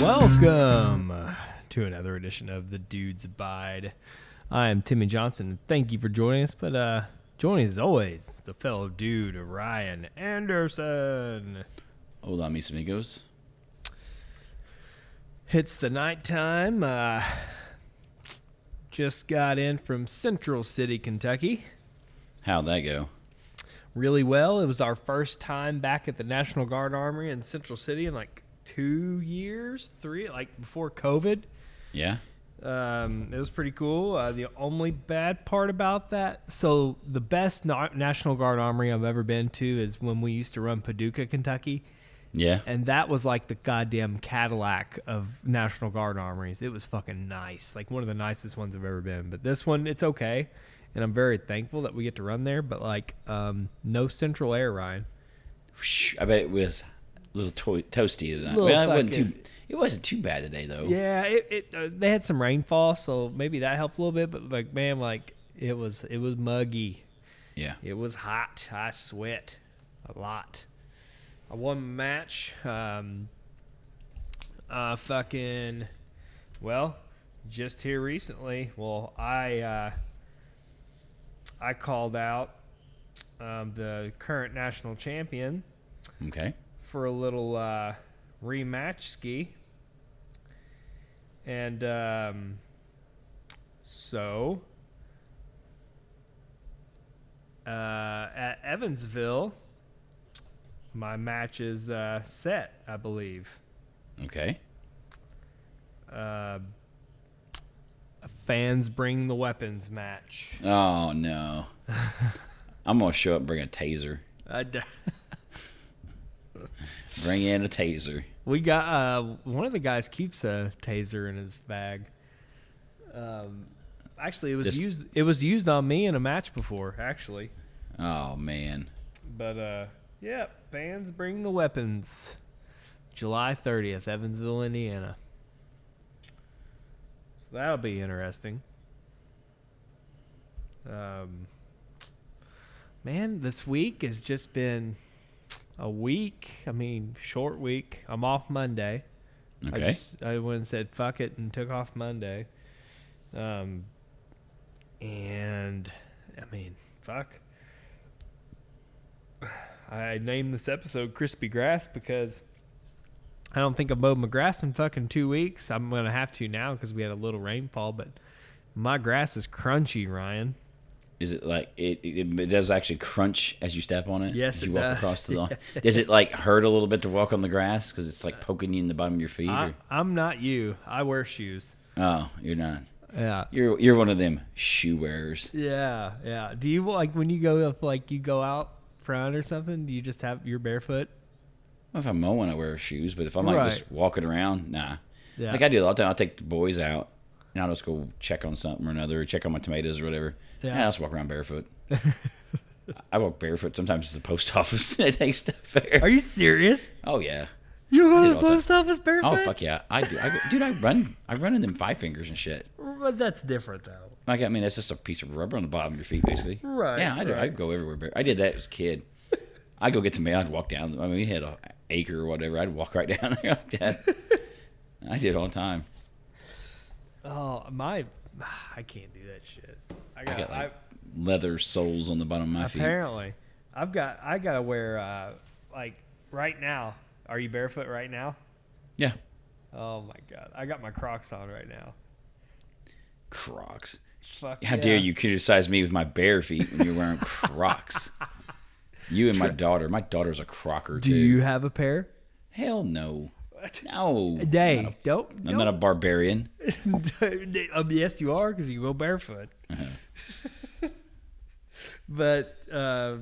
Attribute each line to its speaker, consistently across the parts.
Speaker 1: Welcome to another edition of the Dudes Abide. I am Timmy Johnson. and Thank you for joining us. But uh, joining as always the fellow dude Ryan Anderson.
Speaker 2: Hola, mis amigos.
Speaker 1: It's the nighttime. Uh, just got in from Central City, Kentucky.
Speaker 2: How'd that go?
Speaker 1: Really well. It was our first time back at the National Guard Armory in Central City in like two years, three, like before COVID.
Speaker 2: Yeah.
Speaker 1: Um, it was pretty cool. Uh, the only bad part about that, so the best na- National Guard armory I've ever been to is when we used to run Paducah, Kentucky,
Speaker 2: Yeah.
Speaker 1: and that was like the goddamn Cadillac of National Guard armories. It was fucking nice, like one of the nicest ones I've ever been. But this one, it's okay, and I'm very thankful that we get to run there. But like, um, no central air, Ryan.
Speaker 2: Whoosh, I bet it was a little to- toasty tonight.
Speaker 1: Little
Speaker 2: Well, it wasn't
Speaker 1: fucking-
Speaker 2: too. It wasn't too bad today though.
Speaker 1: Yeah, it, it uh, they had some rainfall, so maybe that helped a little bit. But like, man, like it was it was muggy.
Speaker 2: Yeah.
Speaker 1: It was hot. I sweat a lot. I won my match. Um, uh, fucking, well, just here recently. Well, I uh, I called out um, the current national champion
Speaker 2: Okay.
Speaker 1: for a little uh, rematch ski. And um, so uh, at Evansville, my match is uh, set, I believe.
Speaker 2: Okay.
Speaker 1: Uh, fans bring the weapons match.
Speaker 2: Oh no. I'm gonna show up and bring a taser.
Speaker 1: I d-
Speaker 2: Bring in a taser.
Speaker 1: we got uh, one of the guys keeps a taser in his bag. Um, actually, it was
Speaker 2: Just-
Speaker 1: used. It was used on me in a match before, actually.
Speaker 2: Oh man.
Speaker 1: But uh, yeah, fans bring the weapons. July thirtieth, Evansville, Indiana. So that'll be interesting. Um, man, this week has just been a week. I mean, short week. I'm off Monday.
Speaker 2: Okay.
Speaker 1: I just I went and said fuck it and took off Monday. Um, and I mean, fuck. I named this episode "Crispy Grass" because I don't think I mowed my grass in fucking two weeks. I'm gonna have to now because we had a little rainfall, but my grass is crunchy, Ryan.
Speaker 2: Is it like it, it? It does actually crunch as you step on it.
Speaker 1: Yes,
Speaker 2: as you
Speaker 1: it
Speaker 2: walk
Speaker 1: does.
Speaker 2: across the lawn. Does it like hurt a little bit to walk on the grass because
Speaker 1: Uh,
Speaker 2: it's like poking you in the bottom of your feet?
Speaker 1: I,
Speaker 2: Or,
Speaker 1: I'm not you. I wear shoes.
Speaker 2: oh, you're not.
Speaker 1: Yeah.
Speaker 2: You're you're one of them shoe wearers.
Speaker 1: Yeah, yeah. Do you like when you go with, like you go out front or something? Do you just have your barefoot?
Speaker 2: Well, if I'm mowing, I wear shoes. But if I'm like just
Speaker 1: Right.
Speaker 2: walking around, nah.
Speaker 1: Yeah.
Speaker 2: Like I do a lot of time, I'll take the boys out and I'll just go check on something or another, check on my tomatoes or whatever.
Speaker 1: Yeah.
Speaker 2: Yeah. I just walk around barefoot. I walk barefoot sometimes to the post office and I take stuff there.
Speaker 1: Are you serious?
Speaker 2: oh yeah.
Speaker 1: You
Speaker 2: I
Speaker 1: go
Speaker 2: do
Speaker 1: to the
Speaker 2: all the-
Speaker 1: post office barefoot?
Speaker 2: Oh fuck yeah. I do. I, go- dude, I run. I run in them five fingers and shit.
Speaker 1: But that's different though.
Speaker 2: Like I mean, that's just a piece of rubber on the bottom of your feet, basically.
Speaker 1: Right,
Speaker 2: Yeah, I do. I
Speaker 1: right.
Speaker 2: go everywhere. Bare- I did that as a kid. I go get the mail. I'd walk down. I mean, we had an acre or whatever. I'd walk right down there like that. I did all the time.
Speaker 1: Oh my, I can't do that shit. I got. I
Speaker 2: I got like leather soles on the bottom of my feet.
Speaker 1: apparently, I've got. I gotta wear uh, like right now. Are you barefoot right now?
Speaker 2: Yeah,
Speaker 1: Oh my god, I got my Crocs on right now.
Speaker 2: Crocs.
Speaker 1: Fuck.
Speaker 2: How
Speaker 1: yeah.
Speaker 2: dare you criticize me with my bare feet when you're wearing Crocs? You and my daughter. My daughter's a Crocker
Speaker 1: Do
Speaker 2: too.
Speaker 1: you have a pair?
Speaker 2: Hell no. No.
Speaker 1: Day. don't.
Speaker 2: I'm not a barbarian.
Speaker 1: um, yes, you are because you go barefoot. Uh-huh. but uh,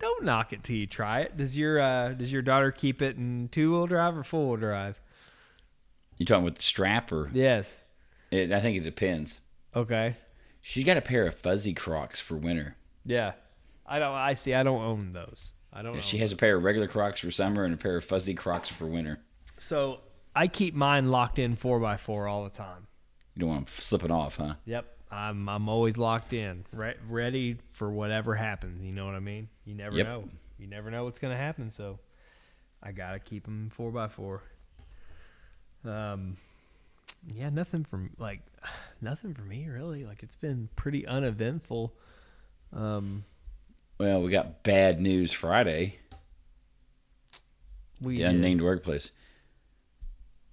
Speaker 1: don't knock it till you try it. Does your uh, does your daughter keep it in two wheel drive or four wheel drive?
Speaker 2: You talking with the strap or?
Speaker 1: Yes.
Speaker 2: It, I think it depends.
Speaker 1: Okay.
Speaker 2: She's got a pair of fuzzy Crocs for winter.
Speaker 1: Yeah. I don't. I see. I don't own those. I don't.
Speaker 2: Yeah,
Speaker 1: own
Speaker 2: she has a pair of regular Crocs for summer and a pair of fuzzy Crocs for winter.
Speaker 1: So I keep mine locked in four by four all the time.
Speaker 2: You don't want them slipping off, huh?
Speaker 1: Yep. I'm I'm always locked in, re- ready for whatever happens. You know what I mean? You never
Speaker 2: Yep.
Speaker 1: know. You never know what's gonna happen. So I gotta keep them four by four. Um, yeah, nothing from like nothing for me really. Like it's been pretty uneventful. Um,
Speaker 2: Well, we got bad news Friday.
Speaker 1: we
Speaker 2: The
Speaker 1: did-
Speaker 2: unnamed workplace.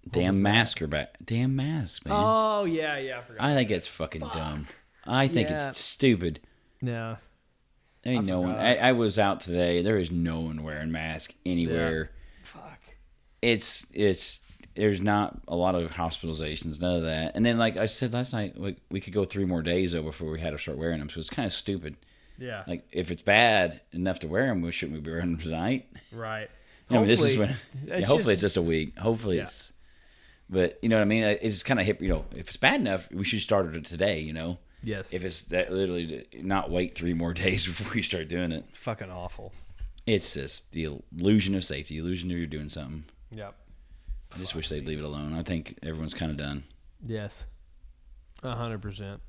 Speaker 1: was
Speaker 2: Damn
Speaker 1: that?
Speaker 2: mask are back. Damn mask, man.
Speaker 1: Oh yeah, yeah, I forgot.
Speaker 2: I think it's fucking dumb. I think
Speaker 1: Yeah.
Speaker 2: it's stupid.
Speaker 1: yeah,
Speaker 2: There ain't
Speaker 1: I
Speaker 2: no one.
Speaker 1: forgot.
Speaker 2: I, I was out today. There is no one wearing mask anywhere.
Speaker 1: fuck.
Speaker 2: It's it's there's not a lot of hospitalizations, none of that. And then like I said last night, we, we could go three more days though before we had to start wearing them. So it's kind of stupid.
Speaker 1: Yeah,
Speaker 2: Like if it's bad enough to wear them, we shouldn't we be wearing them tonight?
Speaker 1: right.
Speaker 2: I mean, this is
Speaker 1: Hopefully-
Speaker 2: when. Yeah,
Speaker 1: it's
Speaker 2: hopefully,
Speaker 1: just-
Speaker 2: it's just a week. Hopefully,
Speaker 1: Yeah.
Speaker 2: it's. But you know what I mean. It's kind of hip. You know, if it's bad enough, we should start it today. You know,
Speaker 1: yes,
Speaker 2: if it's that literally not wait three more days before you start doing it.
Speaker 1: fucking awful.
Speaker 2: It's just the illusion of safety, illusion of you're doing something.
Speaker 1: Yep.
Speaker 2: I just wish they'd leave it alone. I think everyone's kind of done.
Speaker 1: Yes. A hundred percent.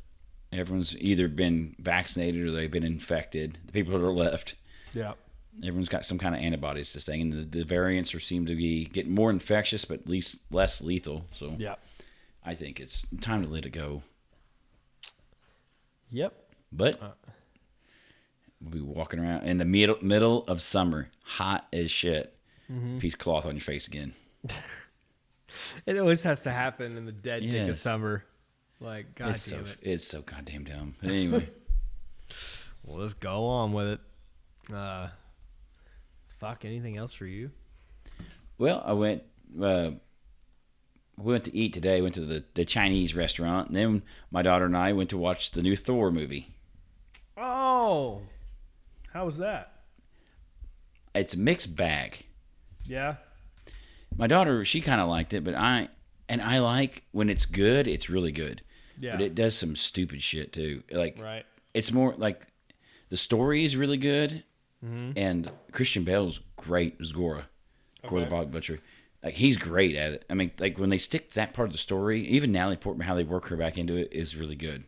Speaker 2: Everyone's either been vaccinated or they've been infected. The people that are left,
Speaker 1: Yep.
Speaker 2: everyone's got some kind of antibodies to this thing, and the, the variants are seem to be getting more infectious, but least less lethal. So
Speaker 1: Yep.
Speaker 2: I think it's time to let it go.
Speaker 1: Yep.
Speaker 2: But we'll be walking around in the middle middle of summer, hot as shit. Piece of cloth on your face again.
Speaker 1: It always has to happen in the dead dick of
Speaker 2: Yes.
Speaker 1: summer. Like, god
Speaker 2: it's so
Speaker 1: damn it.
Speaker 2: it's so goddamn dumb. But anyway,
Speaker 1: Well, let's go on with it. Uh, fuck. Anything else for you?
Speaker 2: well, I went. Uh, we went to eat today. Went to the, the Chinese restaurant, and then my daughter and I went to watch the new Thor movie.
Speaker 1: Oh, how was that?
Speaker 2: It's a mixed bag.
Speaker 1: Yeah.
Speaker 2: My daughter, she kind of liked it, but I and I like when it's good. It's really good.
Speaker 1: Yeah.
Speaker 2: But it does some stupid shit too. Like
Speaker 1: Right.
Speaker 2: it's more like the story is really good, and Christian Bale's great as Gora, Gora the Bog Butcher. Like he's great at it. I mean, like when they stick to that part of the story, even Natalie Portman, how they work her back into it is really good.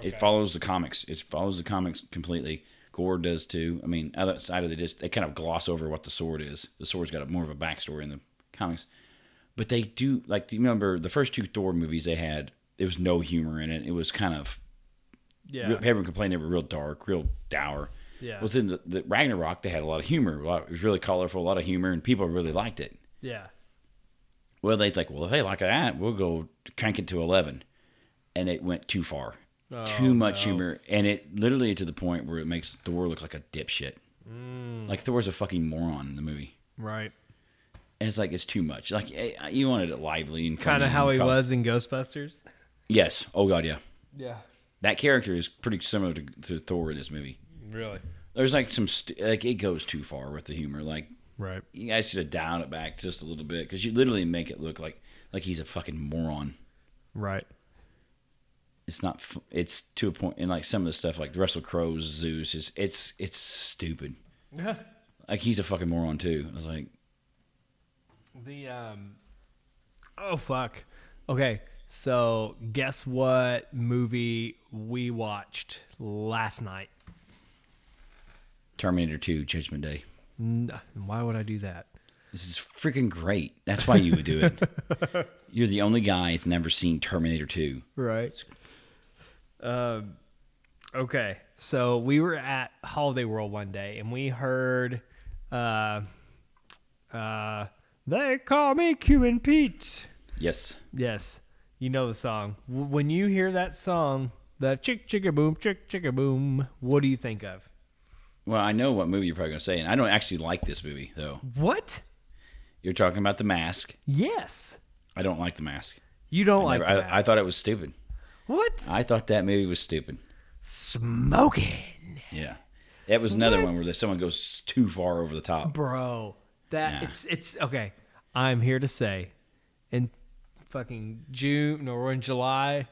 Speaker 2: It follows the comics. It follows the comics completely. Gore does too. I mean, outside of they just they kind of gloss over what the sword is. The sword's got a, more of a backstory in the comics, but they do like do you remember the first two Thor movies they had. There was no humor in it. It was kind of
Speaker 1: Yeah.
Speaker 2: Real- Everyone complained they were real dark, real dour.
Speaker 1: Yeah.
Speaker 2: Within the, the Ragnarok, they had a lot of humor. A lot, it was really colorful, a lot of humor, and people really liked it.
Speaker 1: Yeah.
Speaker 2: Well, they like, well, if they like that, we'll go crank it to eleven, and it went too far,
Speaker 1: Oh,
Speaker 2: too much
Speaker 1: no.
Speaker 2: humor, and it literally to the point where it makes Thor look like a dipshit.
Speaker 1: Mm.
Speaker 2: Like Thor's a fucking moron in the movie,
Speaker 1: Right.
Speaker 2: and it's like it's too much. Like eh, you wanted it lively and
Speaker 1: Kind of
Speaker 2: funny
Speaker 1: how
Speaker 2: and
Speaker 1: he
Speaker 2: col-
Speaker 1: was in Ghostbusters.
Speaker 2: Yes. Oh god, yeah.
Speaker 1: Yeah.
Speaker 2: That character is pretty similar to, to Thor in this movie.
Speaker 1: Really.
Speaker 2: there's like some st- like it goes too far with the humor. Like
Speaker 1: Right.
Speaker 2: you guys should have downed it back just a little bit because you literally make it look like like he's a fucking moron.
Speaker 1: Right.
Speaker 2: It's not. f- It's to a point, and like some of the stuff, like Russell Crowe's Zeus, is it's it's stupid.
Speaker 1: Yeah.
Speaker 2: Like he's a fucking moron too. I was like,
Speaker 1: The um Oh fuck. Okay. So guess what movie we watched last night?
Speaker 2: Terminator Two, Judgment Day.
Speaker 1: N- Why would I do that?
Speaker 2: This is freaking great. That's why you would do it. You're the only guy that's never seen Terminator Two.
Speaker 1: Right. Um okay. So we were at Holiday World one day and we heard uh uh they call me Cuban Pete.
Speaker 2: Yes.
Speaker 1: Yes, you know the song. W- When you hear that song, the chick chicka boom, chick chicka boom, what do you think of?
Speaker 2: Well, I know what movie you're probably gonna say, and I don't actually like this movie though.
Speaker 1: What?
Speaker 2: You're talking about the mask.
Speaker 1: Yes.
Speaker 2: I don't like the mask.
Speaker 1: You don't like
Speaker 2: Never-
Speaker 1: that.
Speaker 2: I, I thought it was stupid.
Speaker 1: what?
Speaker 2: I thought that movie was stupid.
Speaker 1: Smoking,
Speaker 2: Yeah, that was another one where the- someone goes too far over the top.
Speaker 1: bro. That
Speaker 2: Nah.
Speaker 1: it's it's okay. I'm here to say, and fucking June or in July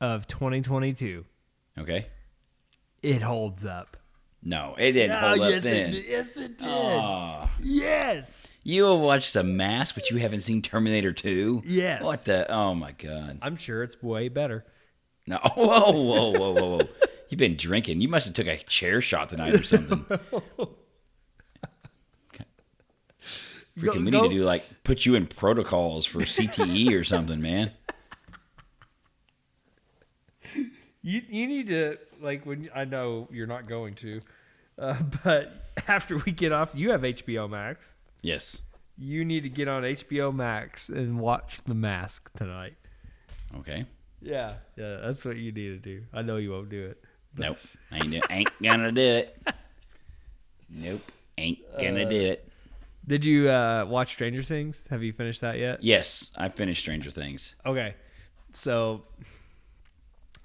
Speaker 1: of 2022.
Speaker 2: Okay.
Speaker 1: It holds up.
Speaker 2: No, it didn't
Speaker 1: Oh,
Speaker 2: hold up
Speaker 1: yes,
Speaker 2: then.
Speaker 1: It, yes, it did.
Speaker 2: Aw.
Speaker 1: Yes.
Speaker 2: you have watched The Mask, but you haven't seen Terminator 2?
Speaker 1: Yes.
Speaker 2: What the? Oh, my God.
Speaker 1: I'm sure it's way better.
Speaker 2: No. Whoa, whoa, whoa, whoa, whoa. You've been drinking. You must have took a chair shot tonight or something.
Speaker 1: Go-
Speaker 2: Freaking, we
Speaker 1: go-
Speaker 2: need to do like put you in protocols for CTE or something, man.
Speaker 1: You you need to like when I know you're not going to, uh, but after we get off, you have HBO Max.
Speaker 2: Yes.
Speaker 1: You need to get on HBO Max and watch The Mask tonight.
Speaker 2: Okay.
Speaker 1: Yeah, yeah, that's what you need to do. I know you won't do it.
Speaker 2: Nope. Ain't do- ain't gonna do it. Nope. Ain't gonna do it.
Speaker 1: Did you uh, watch Stranger Things? Have you finished that yet?
Speaker 2: Yes, I finished Stranger Things.
Speaker 1: Okay, so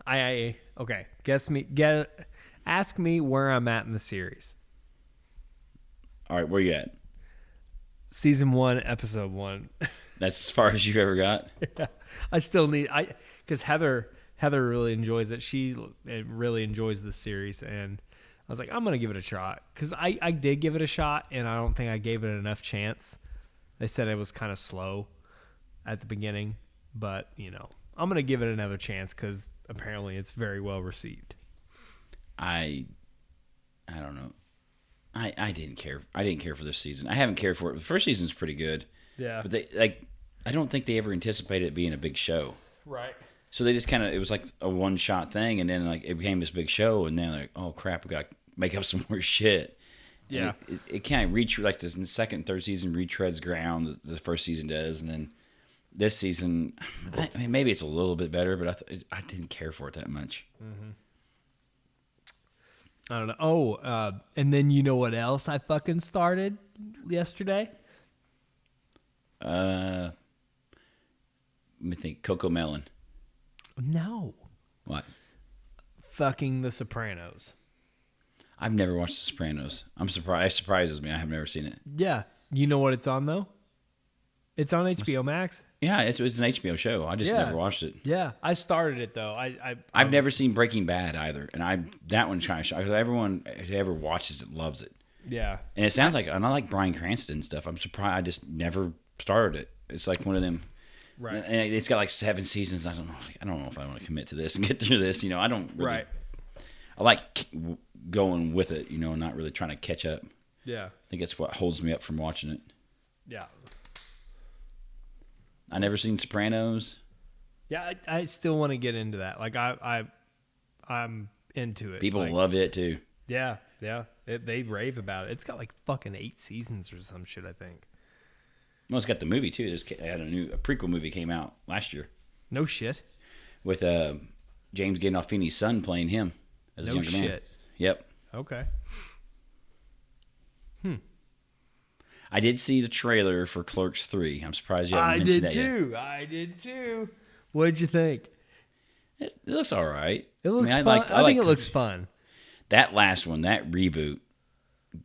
Speaker 1: I, I okay. Guess me. Guess, ask me where I'm at in the series.
Speaker 2: All right, where you at?
Speaker 1: Season one, episode one.
Speaker 2: That's as far as you've ever got.
Speaker 1: I still need I because Heather Heather really enjoys it. She l- eh, really enjoys this series, and I was like, I'm gonna give it a shot because I I did give it a shot, and I don't think I gave it enough chance. They said it was kind of slow at the beginning, but you know, I'm gonna give it another chance because apparently it's very well received.
Speaker 2: I, I don't know. I I didn't care. I didn't care for this season. I haven't cared for it. The first season's pretty good,
Speaker 1: Yeah,
Speaker 2: but they like. I don't think they ever anticipated it being a big show.
Speaker 1: right.
Speaker 2: So they just kind of it was like a one shot thing, and then like it became this big show, and then like oh crap, we got to make up some more shit. And
Speaker 1: Yeah.
Speaker 2: it, it, it kind of reach like this in the second, and third season retreads ground that the first season does, and then this season, I, I mean, maybe it's a little bit better, but I th- I didn't care for it that much.
Speaker 1: I don't know. Oh, uh, and then you know what else I fucking started yesterday?
Speaker 2: Uh, let me think, Coco Melon.
Speaker 1: No,
Speaker 2: What?
Speaker 1: fucking The Sopranos.
Speaker 2: I've never watched The Sopranos. I'm surprised. It surprises me. I have never seen it.
Speaker 1: Yeah. You know what it's on though? It's on HBO Max.
Speaker 2: Yeah, it's, it's an HBO show. I just
Speaker 1: Yeah.
Speaker 2: never watched it.
Speaker 1: Yeah, I started it though. I I,
Speaker 2: I've never seen Breaking Bad either, and I that one kind of because everyone who ever watches it loves it,
Speaker 1: yeah.
Speaker 2: and it sounds like and I like Brian Cranston and stuff. I'm surprised I just never started it. It's like one of them,
Speaker 1: Right.
Speaker 2: And it's got like seven seasons. I don't know. I don't know if I want to commit to this and get through this. You know, I don't really.
Speaker 1: Right.
Speaker 2: I like k- w- going with it. You know, and not really trying to catch up. I
Speaker 1: Yeah.
Speaker 2: think that's what holds me up from watching it.
Speaker 1: Yeah.
Speaker 2: I never seen Sopranos.
Speaker 1: Yeah, I, I still want to get into that. Like I I I'm into it.
Speaker 2: People
Speaker 1: Like,
Speaker 2: love it too.
Speaker 1: Yeah. Yeah. It, they rave about it. It's got like fucking 8 seasons or some shit, I think.
Speaker 2: Well, it's got the movie too. This ca- had a new a prequel movie came out last year.
Speaker 1: No shit.
Speaker 2: with uh, James Gandolfini's son playing him as
Speaker 1: No
Speaker 2: a younger man.
Speaker 1: shit.
Speaker 2: Yep,
Speaker 1: Okay.
Speaker 2: I did see the trailer for Clerks Three. I'm surprised you haven't
Speaker 1: I
Speaker 2: mentioned
Speaker 1: did
Speaker 2: that yet.
Speaker 1: too. I did too. What did you think?
Speaker 2: It, it looks all right.
Speaker 1: It looks
Speaker 2: I, mean,
Speaker 1: fun.
Speaker 2: I, liked-
Speaker 1: I, think
Speaker 2: liked
Speaker 1: it looks fun.
Speaker 2: that last one, that reboot,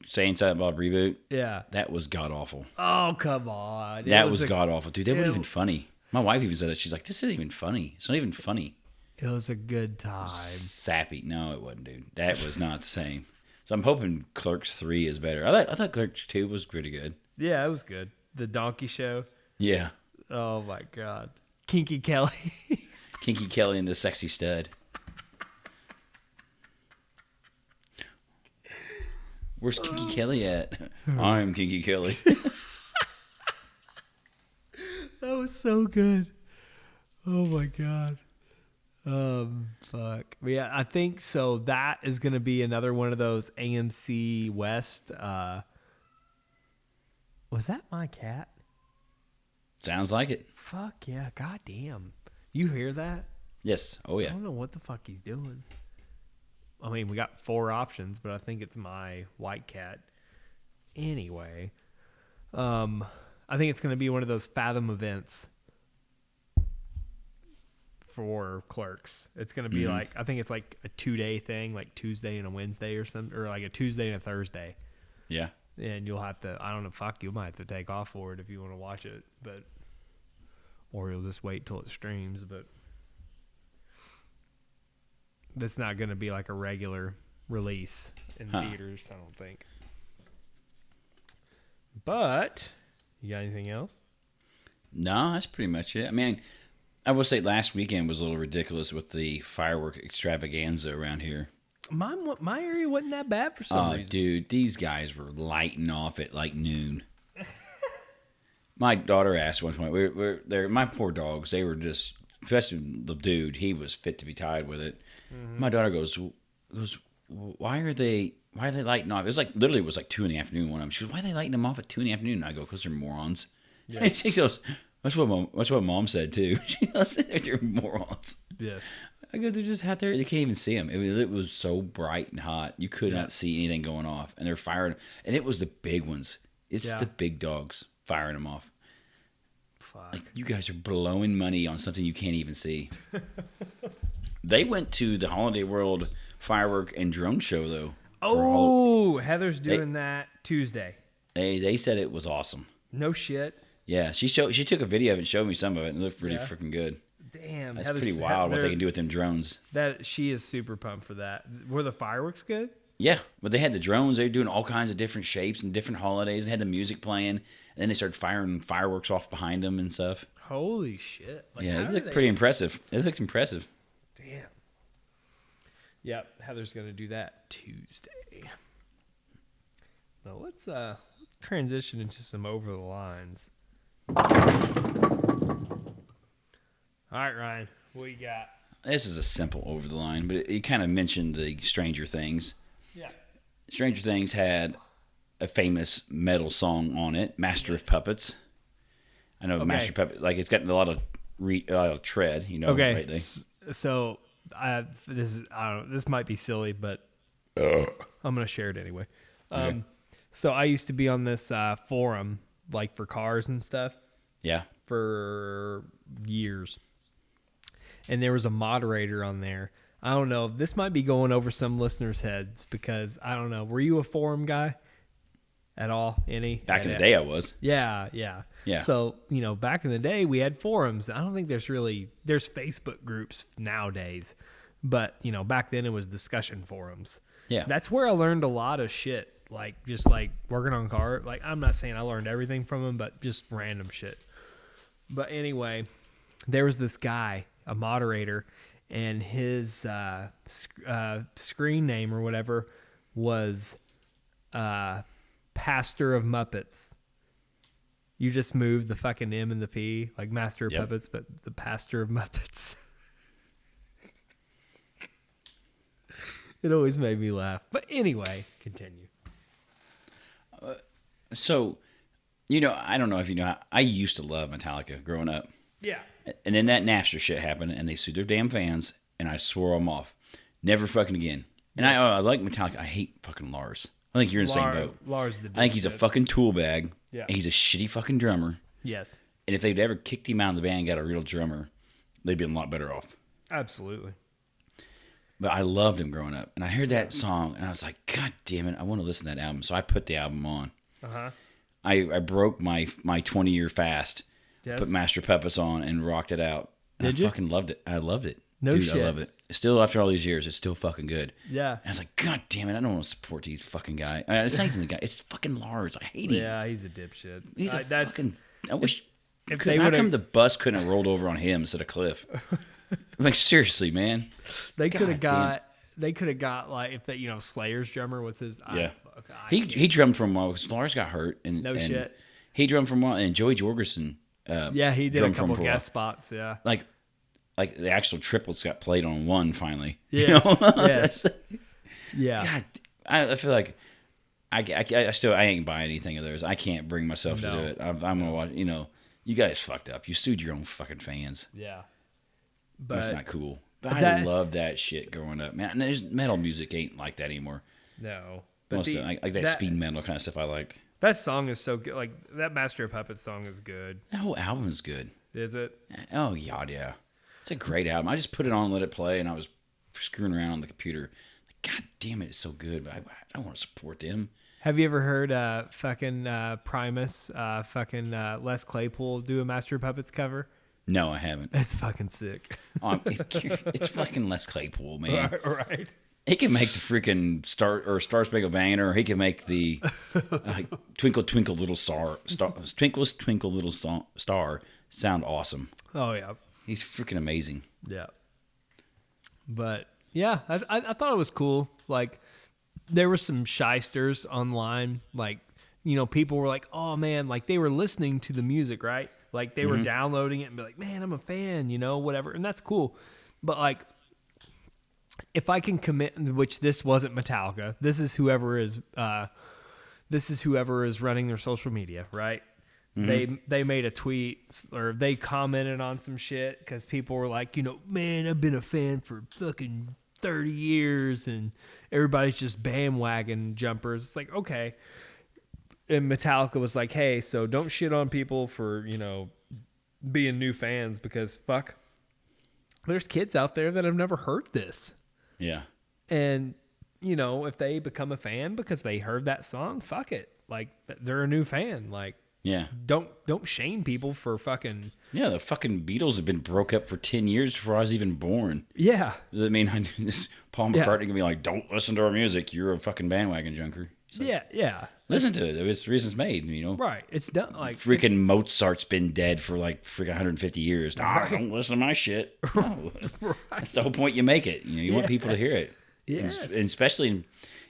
Speaker 2: saying something about reboot.
Speaker 1: Yeah.
Speaker 2: That was god awful.
Speaker 1: Oh, come on. It
Speaker 2: That was,
Speaker 1: a-
Speaker 2: god awful, dude. That wasn't
Speaker 1: it-
Speaker 2: even funny. My wife even said that. She's like, "This isn't even funny. It's not even funny."
Speaker 1: It was a good time.
Speaker 2: Sappy. No, it wasn't, dude. That was not the same. So I'm hoping Clerks Three is better. I thought, I thought Clerks Two was pretty good.
Speaker 1: Yeah, it was good. The Donkey Show.
Speaker 2: Yeah,
Speaker 1: Oh my God, Kinky Kelly.
Speaker 2: Kinky Kelly and the Sexy Stud. Where's Kinky Kelly at? I'm Kinky Kelly.
Speaker 1: that was so good. Oh my God. Um, fuck. But yeah, I think so. That is going to be another one of those AMC West. Uh, was that my cat?
Speaker 2: Sounds like it.
Speaker 1: Fuck yeah. God damn. You hear that?
Speaker 2: Yes. Oh
Speaker 1: I
Speaker 2: yeah.
Speaker 1: don't know what the fuck he's doing. I mean, we got four options, but I think it's my white cat. Anyway, um, I think it's going to be one of those fathom events for clerks. It's going to
Speaker 2: Mm-hmm.
Speaker 1: be like I think it's like a two day thing, like Tuesday and a Wednesday or something, or like a Tuesday and a Thursday.
Speaker 2: Yeah.
Speaker 1: And you'll have to I don't know, fuck, you might have to take off for it if you want to watch it, but or you'll just wait till it streams. But that's not going to be like a regular release in
Speaker 2: Huh.
Speaker 1: theaters, I don't think. But you got anything else?
Speaker 2: No, that's pretty much it. I mean, I will say last weekend was a little ridiculous with the firework extravaganza around here.
Speaker 1: Mine, wa- my area wasn't that bad for some
Speaker 2: Oh,
Speaker 1: reason.
Speaker 2: dude, these guys were lighting off at like noon. my daughter asked one point, "We're, we're there." My poor dogs, they were just, especially the dude, he was fit to be tied with it.
Speaker 1: Mm-hmm.
Speaker 2: My daughter goes, goes, why are they? Why are they lighting off? It was like literally it was like two in the afternoon. One of them, she goes, "Why are they lighting them off at two in the afternoon?" And I go, "Cause they're morons." And she goes, "That's what mom, that's what mom said too." She goes, "They're morons."
Speaker 1: Yes.
Speaker 2: I go, they're just out there. They can't even see them. It was, it was so bright and hot. You could not see anything going off. And they're firing. And it was the big ones. It's
Speaker 1: Yeah.
Speaker 2: the big dogs firing them off.
Speaker 1: Fuck.
Speaker 2: Like, you guys are blowing money on something you can't even see. they went to the Holiday World firework and drone show, though. for Hol-
Speaker 1: Oh, Heather's doing that Tuesday.
Speaker 2: they, they said it was awesome.
Speaker 1: No shit.
Speaker 2: Yeah, she showed. She took a video of it and showed me some of it, and it looked pretty
Speaker 1: Yeah.
Speaker 2: freaking good.
Speaker 1: Damn,
Speaker 2: That's
Speaker 1: Heather's-
Speaker 2: pretty wild what
Speaker 1: Heather-
Speaker 2: they can do with them drones.
Speaker 1: That she is super pumped for that. Were the fireworks good?
Speaker 2: Yeah, but they had the drones. They were doing all kinds of different shapes and different holidays. They had the music playing, and then they started firing fireworks off behind them and stuff.
Speaker 1: Holy shit! Like,
Speaker 2: yeah,
Speaker 1: how
Speaker 2: it
Speaker 1: do
Speaker 2: looked
Speaker 1: they-
Speaker 2: pretty impressive. It looked impressive.
Speaker 1: Damn. Yep, Heather's gonna do that Tuesday. Now let's uh let's transition into some over the lines. All right, Ryan, what you got?
Speaker 2: This is a simple over the line, but it, it kind of mentioned the Stranger Things.
Speaker 1: Yeah.
Speaker 2: Stranger Things had a famous metal song on it, Master of Puppets. I know Master of Puppets, like it's gotten a lot of re, a lot of tread, you know.
Speaker 1: Okay.
Speaker 2: lately.
Speaker 1: s- So I this is I don't know, this might be silly, but I'm gonna share it anyway. Um,
Speaker 2: Uh. Okay.
Speaker 1: So I used to be on this uh, forum like for cars and stuff
Speaker 2: Yeah.
Speaker 1: for years, and there was a moderator on there. I don't know. This might be going over some listeners' heads because I don't know. Were you a forum guy at all? Any
Speaker 2: Back in
Speaker 1: At-
Speaker 2: the day, I was.
Speaker 1: yeah, yeah.
Speaker 2: Yeah.
Speaker 1: So, you know, back in the day we had forums. I don't think there's really there's Facebook groups nowadays. But, you know, back then it was discussion forums.
Speaker 2: Yeah.
Speaker 1: That's where I learned a lot of shit, like just like working on car. Like I'm not saying I learned everything from them, but just random shit. But anyway, there was this guy, a moderator, and his uh, sc- uh, screen name or whatever was uh, Pastor of Muppets. You just moved the fucking M and the P, like Master of
Speaker 2: Yep.
Speaker 1: Puppets, but the Pastor of Muppets. it always made me laugh. But anyway, continue.
Speaker 2: So, you know, I don't know if you know, I- I used to love Metallica growing up.
Speaker 1: Yeah.
Speaker 2: And then that Napster shit happened, and they sued their damn fans, and I swore them off. Never fucking again. And I, oh, I like Metallica. I hate fucking Lars. I think you're in the same
Speaker 1: Lars,
Speaker 2: boat.
Speaker 1: Lars the
Speaker 2: I think he's a
Speaker 1: dickhead.
Speaker 2: fucking tool bag.
Speaker 1: Yeah.
Speaker 2: And he's a shitty fucking drummer.
Speaker 1: Yes,
Speaker 2: And if they'd ever kicked him out of the band and got a real drummer, they'd been a lot better off.
Speaker 1: absolutely.
Speaker 2: But I loved him growing up. And I heard that song, and I was like, God damn it, I want to listen to that album. So I put the album on.
Speaker 1: Uh huh.
Speaker 2: I, I broke my my 20 year fast,
Speaker 1: Yes.
Speaker 2: put Master Puppets on, and rocked it out. And
Speaker 1: Did
Speaker 2: I
Speaker 1: you?
Speaker 2: fucking loved it. I loved it.
Speaker 1: No
Speaker 2: Dude,
Speaker 1: shit.
Speaker 2: I love it. Still, after all these years, it's still fucking good.
Speaker 1: Yeah.
Speaker 2: And I was like, God damn it, I don't want to support these fucking guy. I mean, it's not even the guy. It's fucking Lars. I hate him.
Speaker 1: Yeah, he's a dipshit.
Speaker 2: He's a
Speaker 1: Uh, that's
Speaker 2: fucking. I wish.
Speaker 1: if
Speaker 2: could,
Speaker 1: they
Speaker 2: how
Speaker 1: would've-
Speaker 2: come the bus couldn't have rolled over on him instead of Cliff? like seriously, man.
Speaker 1: they could have
Speaker 2: God damn.
Speaker 1: got they could have got like if they you know Slayer's drummer with his I-
Speaker 2: Yeah.
Speaker 1: fuck, I
Speaker 2: He
Speaker 1: can't-
Speaker 2: he drummed for a while because Lars got hurt and
Speaker 1: No
Speaker 2: and
Speaker 1: shit.
Speaker 2: He drummed for a while and Joey Jorgerson. Uh,
Speaker 1: yeah he did a
Speaker 2: drummed for him
Speaker 1: couple
Speaker 2: for a while.
Speaker 1: guest spots yeah
Speaker 2: like like the actual triplets got played on one finally.
Speaker 1: yes yes
Speaker 2: That's-
Speaker 1: yeah
Speaker 2: God, I, I feel like I, I, I still I ain't buying anything of theirs. I can't bring myself
Speaker 1: No.
Speaker 2: to do it. I'm, I'm gonna watch. You know, you guys fucked up. You sued your own fucking fans.
Speaker 1: yeah
Speaker 2: That's
Speaker 1: but
Speaker 2: not cool. But I
Speaker 1: that- love
Speaker 2: love that shit growing up, man. And there's, metal music ain't like that anymore.
Speaker 1: no but
Speaker 2: Most
Speaker 1: the-
Speaker 2: of, like, like that, speed metal kind of stuff I liked.
Speaker 1: that song is so good like that Master of Puppets song is good
Speaker 2: That whole album is good.
Speaker 1: is it
Speaker 2: Oh god, yeah, it's a great album. I just put it on, let it play, and I was screwing around on the computer. Like, god damn it, it's so good. But I, I don't want to support them.
Speaker 1: have you ever heard uh fucking uh Primus uh fucking uh Les Claypool do a Master of Puppets cover
Speaker 2: No, I haven't.
Speaker 1: That's fucking sick.
Speaker 2: Um, it's fucking Les Claypool, man.
Speaker 1: right, right.
Speaker 2: He can make the freaking star or Star Spangled Banner. Or he can make the uh, Twinkle Twinkle Little Star, star Twinkle Twinkle Little Star, star sound awesome.
Speaker 1: Oh yeah,
Speaker 2: He's freaking amazing.
Speaker 1: yeah. But yeah, I, I, I thought it was cool. Like there were some shysters online. Like you know, people were like, "Oh man!" Like they were listening to the music, right? Like they were downloading it and be like, "Man, I'm a fan," you know, whatever, and that's cool. But like if I can commit, which this wasn't Metallica, this is whoever is, uh, this is whoever is running their social media, right? They they made a tweet or they commented on some shit because people were like, you know, man, I've been a fan for fucking thirty years, and everybody's just bandwagon jumpers. It's like okay, and Metallica was like, hey, so don't shit on people for you know being new fans because fuck, there's kids out there that have never heard this
Speaker 2: Yeah,
Speaker 1: and you know if they become a fan because they heard that song fuck it like th- they're a new fan like
Speaker 2: yeah,
Speaker 1: don't don't shame people for fucking
Speaker 2: yeah. The fucking Beatles have been broke up for ten years before I was even born.
Speaker 1: yeah
Speaker 2: I mean, I, this Paul
Speaker 1: Yeah.
Speaker 2: McCartney can be like, "Don't listen to our music. You're a fucking bandwagon junker." It's like,
Speaker 1: yeah yeah
Speaker 2: Listen to it. It's the reason it's made. You know,
Speaker 1: right it's done like
Speaker 2: freaking Mozart's been dead for like freaking 150 years. Ah, don't listen to my shit. No. That's the whole point. You make it. You know, you want people to hear it. And s-
Speaker 1: Yes.
Speaker 2: and especially in,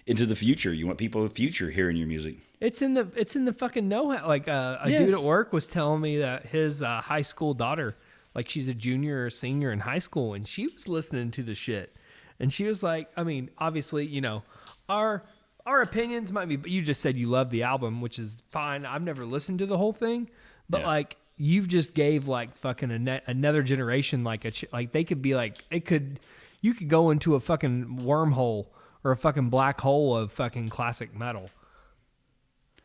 Speaker 2: into the future. You want people in the future hearing your music.
Speaker 1: it's in the it's in the fucking know how like uh, a dude
Speaker 2: Yes.
Speaker 1: at work was telling me that his uh, high school daughter like she's a junior or senior in high school and she was listening to the shit and she was like i mean obviously you know our our opinions might be but you just said you love the album which is fine i've never listened to the whole thing but
Speaker 2: Yeah.
Speaker 1: like you've just gave like fucking a ne- another generation like a ch- like they could be like it could you could go into a fucking wormhole or a fucking black hole of fucking classic metal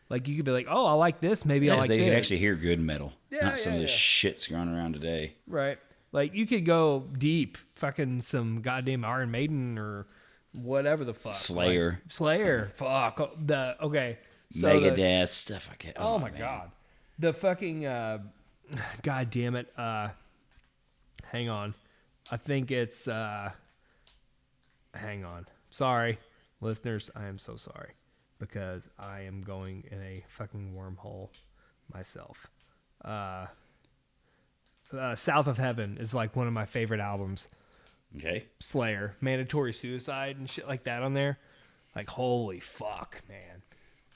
Speaker 1: like you could be like, oh, I like this. Maybe I
Speaker 2: Yeah,
Speaker 1: like
Speaker 2: they
Speaker 1: this.
Speaker 2: can actually hear good metal,
Speaker 1: Yeah,
Speaker 2: not some
Speaker 1: yeah,
Speaker 2: of this
Speaker 1: yeah.
Speaker 2: shit's going around today.
Speaker 1: right. Like you could go deep, fucking some goddamn Iron Maiden or whatever the fuck. Like,
Speaker 2: Slayer.
Speaker 1: Slayer. Fuck oh, the okay. So the-
Speaker 2: Megadeth stuff. I can't,
Speaker 1: oh my
Speaker 2: man.
Speaker 1: god. The fucking uh, god damn it. Uh, hang on. I think it's uh, hang on. Sorry, listeners. I am so sorry because I am going in a fucking wormhole myself. Uh, uh, South of Heaven is like one of my favorite albums.
Speaker 2: Okay.
Speaker 1: Slayer, mandatory suicide and shit like that on there. Like holy fuck, man.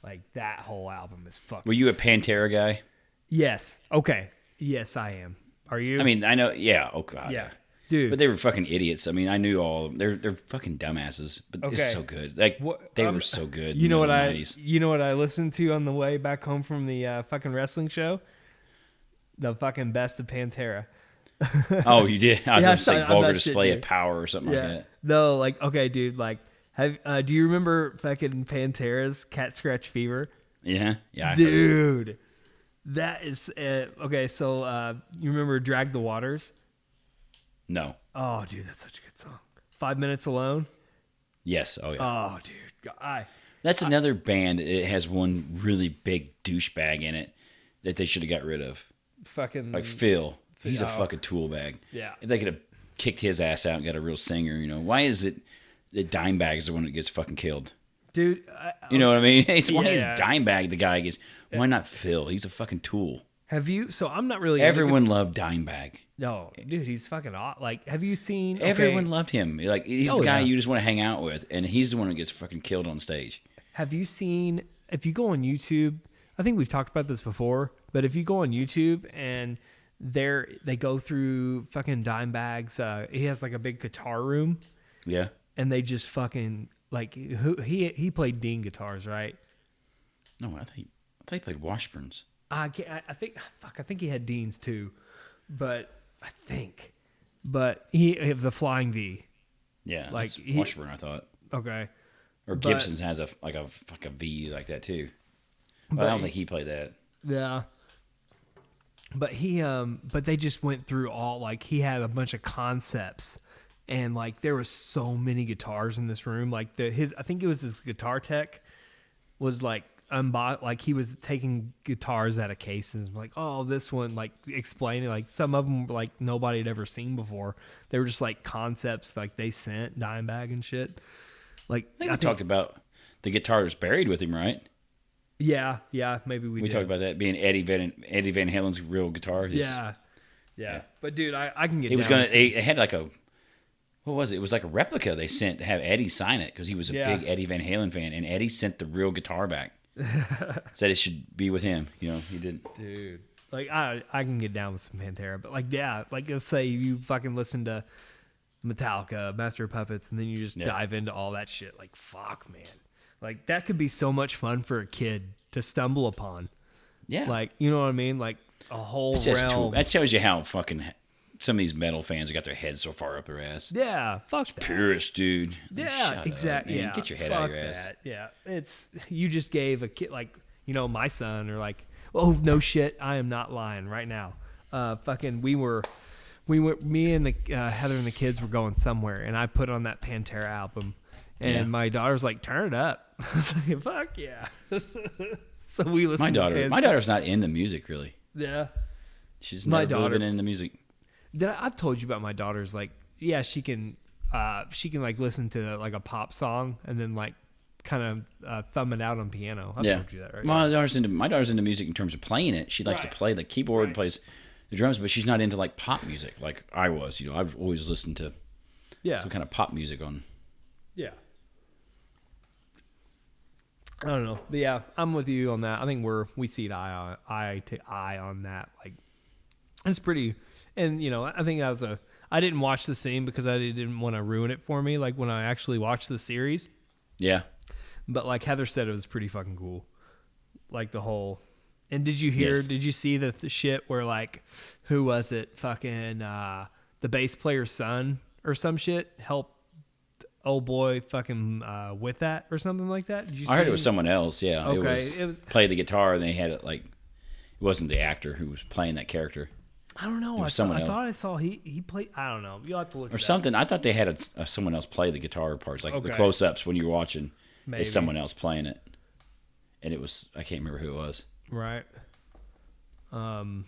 Speaker 1: Like that whole album is fucking
Speaker 2: Were you a
Speaker 1: sick.
Speaker 2: Pantera guy?
Speaker 1: Yes. Okay. Yes, I am. Are you?
Speaker 2: I mean, I know. Yeah. Oh god.
Speaker 1: yeah. Dude.
Speaker 2: But they were fucking idiots. I mean, I knew all of them. They're they're fucking dumbasses. But
Speaker 1: Okay.
Speaker 2: it's so good. Like
Speaker 1: What-
Speaker 2: they
Speaker 1: I'm-
Speaker 2: were so good.
Speaker 1: you
Speaker 2: in
Speaker 1: know
Speaker 2: the
Speaker 1: what I
Speaker 2: 90s.
Speaker 1: you know what I listened to on the way back home from the uh, fucking wrestling show? The fucking best of Pantera.
Speaker 2: Oh, you did. I
Speaker 1: Yeah, I
Speaker 2: was
Speaker 1: saw- I
Speaker 2: going
Speaker 1: thought
Speaker 2: vulgar
Speaker 1: shit,
Speaker 2: display
Speaker 1: dude.
Speaker 2: of power or something like that.
Speaker 1: No, like okay, dude, like have uh, do you remember fucking Pantera's Cat Scratch Fever?
Speaker 2: Yeah, yeah. I heard it.
Speaker 1: Dude. That is uh, okay, so uh, you remember Drag the Waters?
Speaker 2: No.
Speaker 1: Oh, dude, that's such a good song. 5 minutes alone?
Speaker 2: Yes. Oh yeah.
Speaker 1: Oh, dude. God, I
Speaker 2: That's another band. It has one really big douchebag in it that they should have got rid of.
Speaker 1: fucking
Speaker 2: Like Phil. He's a
Speaker 1: Mm. Oh.
Speaker 2: fucking tool bag.
Speaker 1: Yeah.
Speaker 2: If they could have kicked his ass out and got a real singer, you know, why is it that Dimebag is the one that gets fucking killed?
Speaker 1: dude, I,
Speaker 2: You know what I mean? It's why
Speaker 1: Yeah.
Speaker 2: is Dimebag the guy gets? Why not Phil? He's a fucking tool.
Speaker 1: Have you? So I'm not really into-
Speaker 2: Everyone loved Dimebag.
Speaker 1: no, dude, he's fucking aw- like. Have you seen? okay,
Speaker 2: Everyone loved him. Like he's
Speaker 1: Oh,
Speaker 2: the guy
Speaker 1: yeah.
Speaker 2: you just want to hang out with, and he's the one that gets fucking killed on stage.
Speaker 1: Have you seen? If you go on YouTube, I think we've talked about this before, but if you go on YouTube and there they go through fucking dime bags. Uh, he has like a big guitar room,
Speaker 2: Yeah.
Speaker 1: and they just fucking like who he he played Dean guitars, right?
Speaker 2: No, I think I think he played Washburns.
Speaker 1: I can't, I- I think fuck. I think he had Dean's too, but I think, but he the Flying V.
Speaker 2: Yeah,
Speaker 1: Like,
Speaker 2: like
Speaker 1: he-
Speaker 2: Washburn, I thought,
Speaker 1: Okay.
Speaker 2: or
Speaker 1: but-
Speaker 2: Gibson's has a like a like a V like that too. But I don't
Speaker 1: But-
Speaker 2: think he played that.
Speaker 1: Yeah. But he um but they just went through all like he had a bunch of concepts and like there was so many guitars in this room. Like the his I think it was his guitar tech was like unbox like he was taking guitars out of cases like oh this one like explaining like some of them like nobody had ever seen before they were just like concepts like they sent Dimebag and shit like
Speaker 2: I think we talked about the guitar was buried with him, right?
Speaker 1: yeah yeah maybe we,
Speaker 2: We
Speaker 1: did.
Speaker 2: talked about that being Eddie Van Eddie Van Halen's real guitar. His-
Speaker 1: yeah, yeah but dude I, I can get
Speaker 2: It was
Speaker 1: down
Speaker 2: gonna.
Speaker 1: with
Speaker 2: It, it had like a. What was it? It was like a replica they sent to have Eddie sign it because he was a
Speaker 1: Yeah.
Speaker 2: big Eddie Van Halen fan, and Eddie sent the real guitar back. Said it should be with him. You know, he didn't.
Speaker 1: dude. Like I I can get down with some Pantera, but like yeah, like let's say you fucking listen to Metallica, Master of Puppets, and then you just
Speaker 2: Yeah.
Speaker 1: dive into all that shit. Like fuck, man. Like that could be so much fun for a kid to stumble upon.
Speaker 2: Yeah,
Speaker 1: Like you know what I mean? Like a whole
Speaker 2: It says tool.
Speaker 1: realm.
Speaker 2: that tells you how fucking some of these metal fans have got their heads so far up their ass.
Speaker 1: yeah, fuck that.
Speaker 2: Purist, dude.
Speaker 1: Yeah, exactly. Yeah,
Speaker 2: get your head
Speaker 1: fuck
Speaker 2: out of your ass.
Speaker 1: that. Yeah, it's you just gave a kid like you know my son or like oh no shit I am not lying right now. Uh, fucking we were, we were me and the uh, Heather and the kids were going somewhere and I put on that Pantera album and
Speaker 2: Yeah.
Speaker 1: my daughter's like turn it up. I was like fuck yeah. so we listened.
Speaker 2: My daughter,
Speaker 1: to
Speaker 2: my
Speaker 1: Pantera.
Speaker 2: daughter's not into music really.
Speaker 1: Yeah.
Speaker 2: She's
Speaker 1: My
Speaker 2: never really
Speaker 1: daughter-
Speaker 2: been into music.
Speaker 1: Did I, I've told you about my daughter's like yeah she can uh she can like listen to like a pop song and then like kind of uh, thumb it out on piano. I've
Speaker 2: yeah,
Speaker 1: told you that right.
Speaker 2: my daughter's into my daughter's into music in terms of playing it. She likes
Speaker 1: Right.
Speaker 2: to play the keyboard and plays the drums, but she's not into like pop music like I was. You know, I've always listened to
Speaker 1: yeah.
Speaker 2: some kind of pop music on.
Speaker 1: yeah. I don't know. But yeah, I'm with you on that. I think we're we see it eye on eye to eye on that. Like it's pretty and you know, I think that was a I didn't watch the scene because I didn't want to ruin it for me like when I actually watched the series.
Speaker 2: Yeah,
Speaker 1: But like Heather said, it was pretty fucking cool. Like the whole. And did you hear?
Speaker 2: Yes.
Speaker 1: Did you see the, the shit where like, who was it? Fucking uh, the bass player's son or some shit helped old boy fucking uh, with that or something like that. Did you?
Speaker 2: I
Speaker 1: see
Speaker 2: heard it was
Speaker 1: any-
Speaker 2: someone else. Yeah, it,
Speaker 1: Okay,
Speaker 2: was,
Speaker 1: it was-
Speaker 2: play the guitar and they had it like it wasn't the actor who was playing that character
Speaker 1: I don't know. I,
Speaker 2: was
Speaker 1: thought-
Speaker 2: someone
Speaker 1: I
Speaker 2: else.
Speaker 1: thought I saw he he played. I don't know. You'll have to look. it
Speaker 2: or
Speaker 1: up.
Speaker 2: something. I thought they had a, a- someone else play the guitar parts, like
Speaker 1: Okay.
Speaker 2: the close-ups when you're watching.
Speaker 1: Maybe.
Speaker 2: Is someone else playing it? And it was I can't remember who it was.
Speaker 1: Right. Um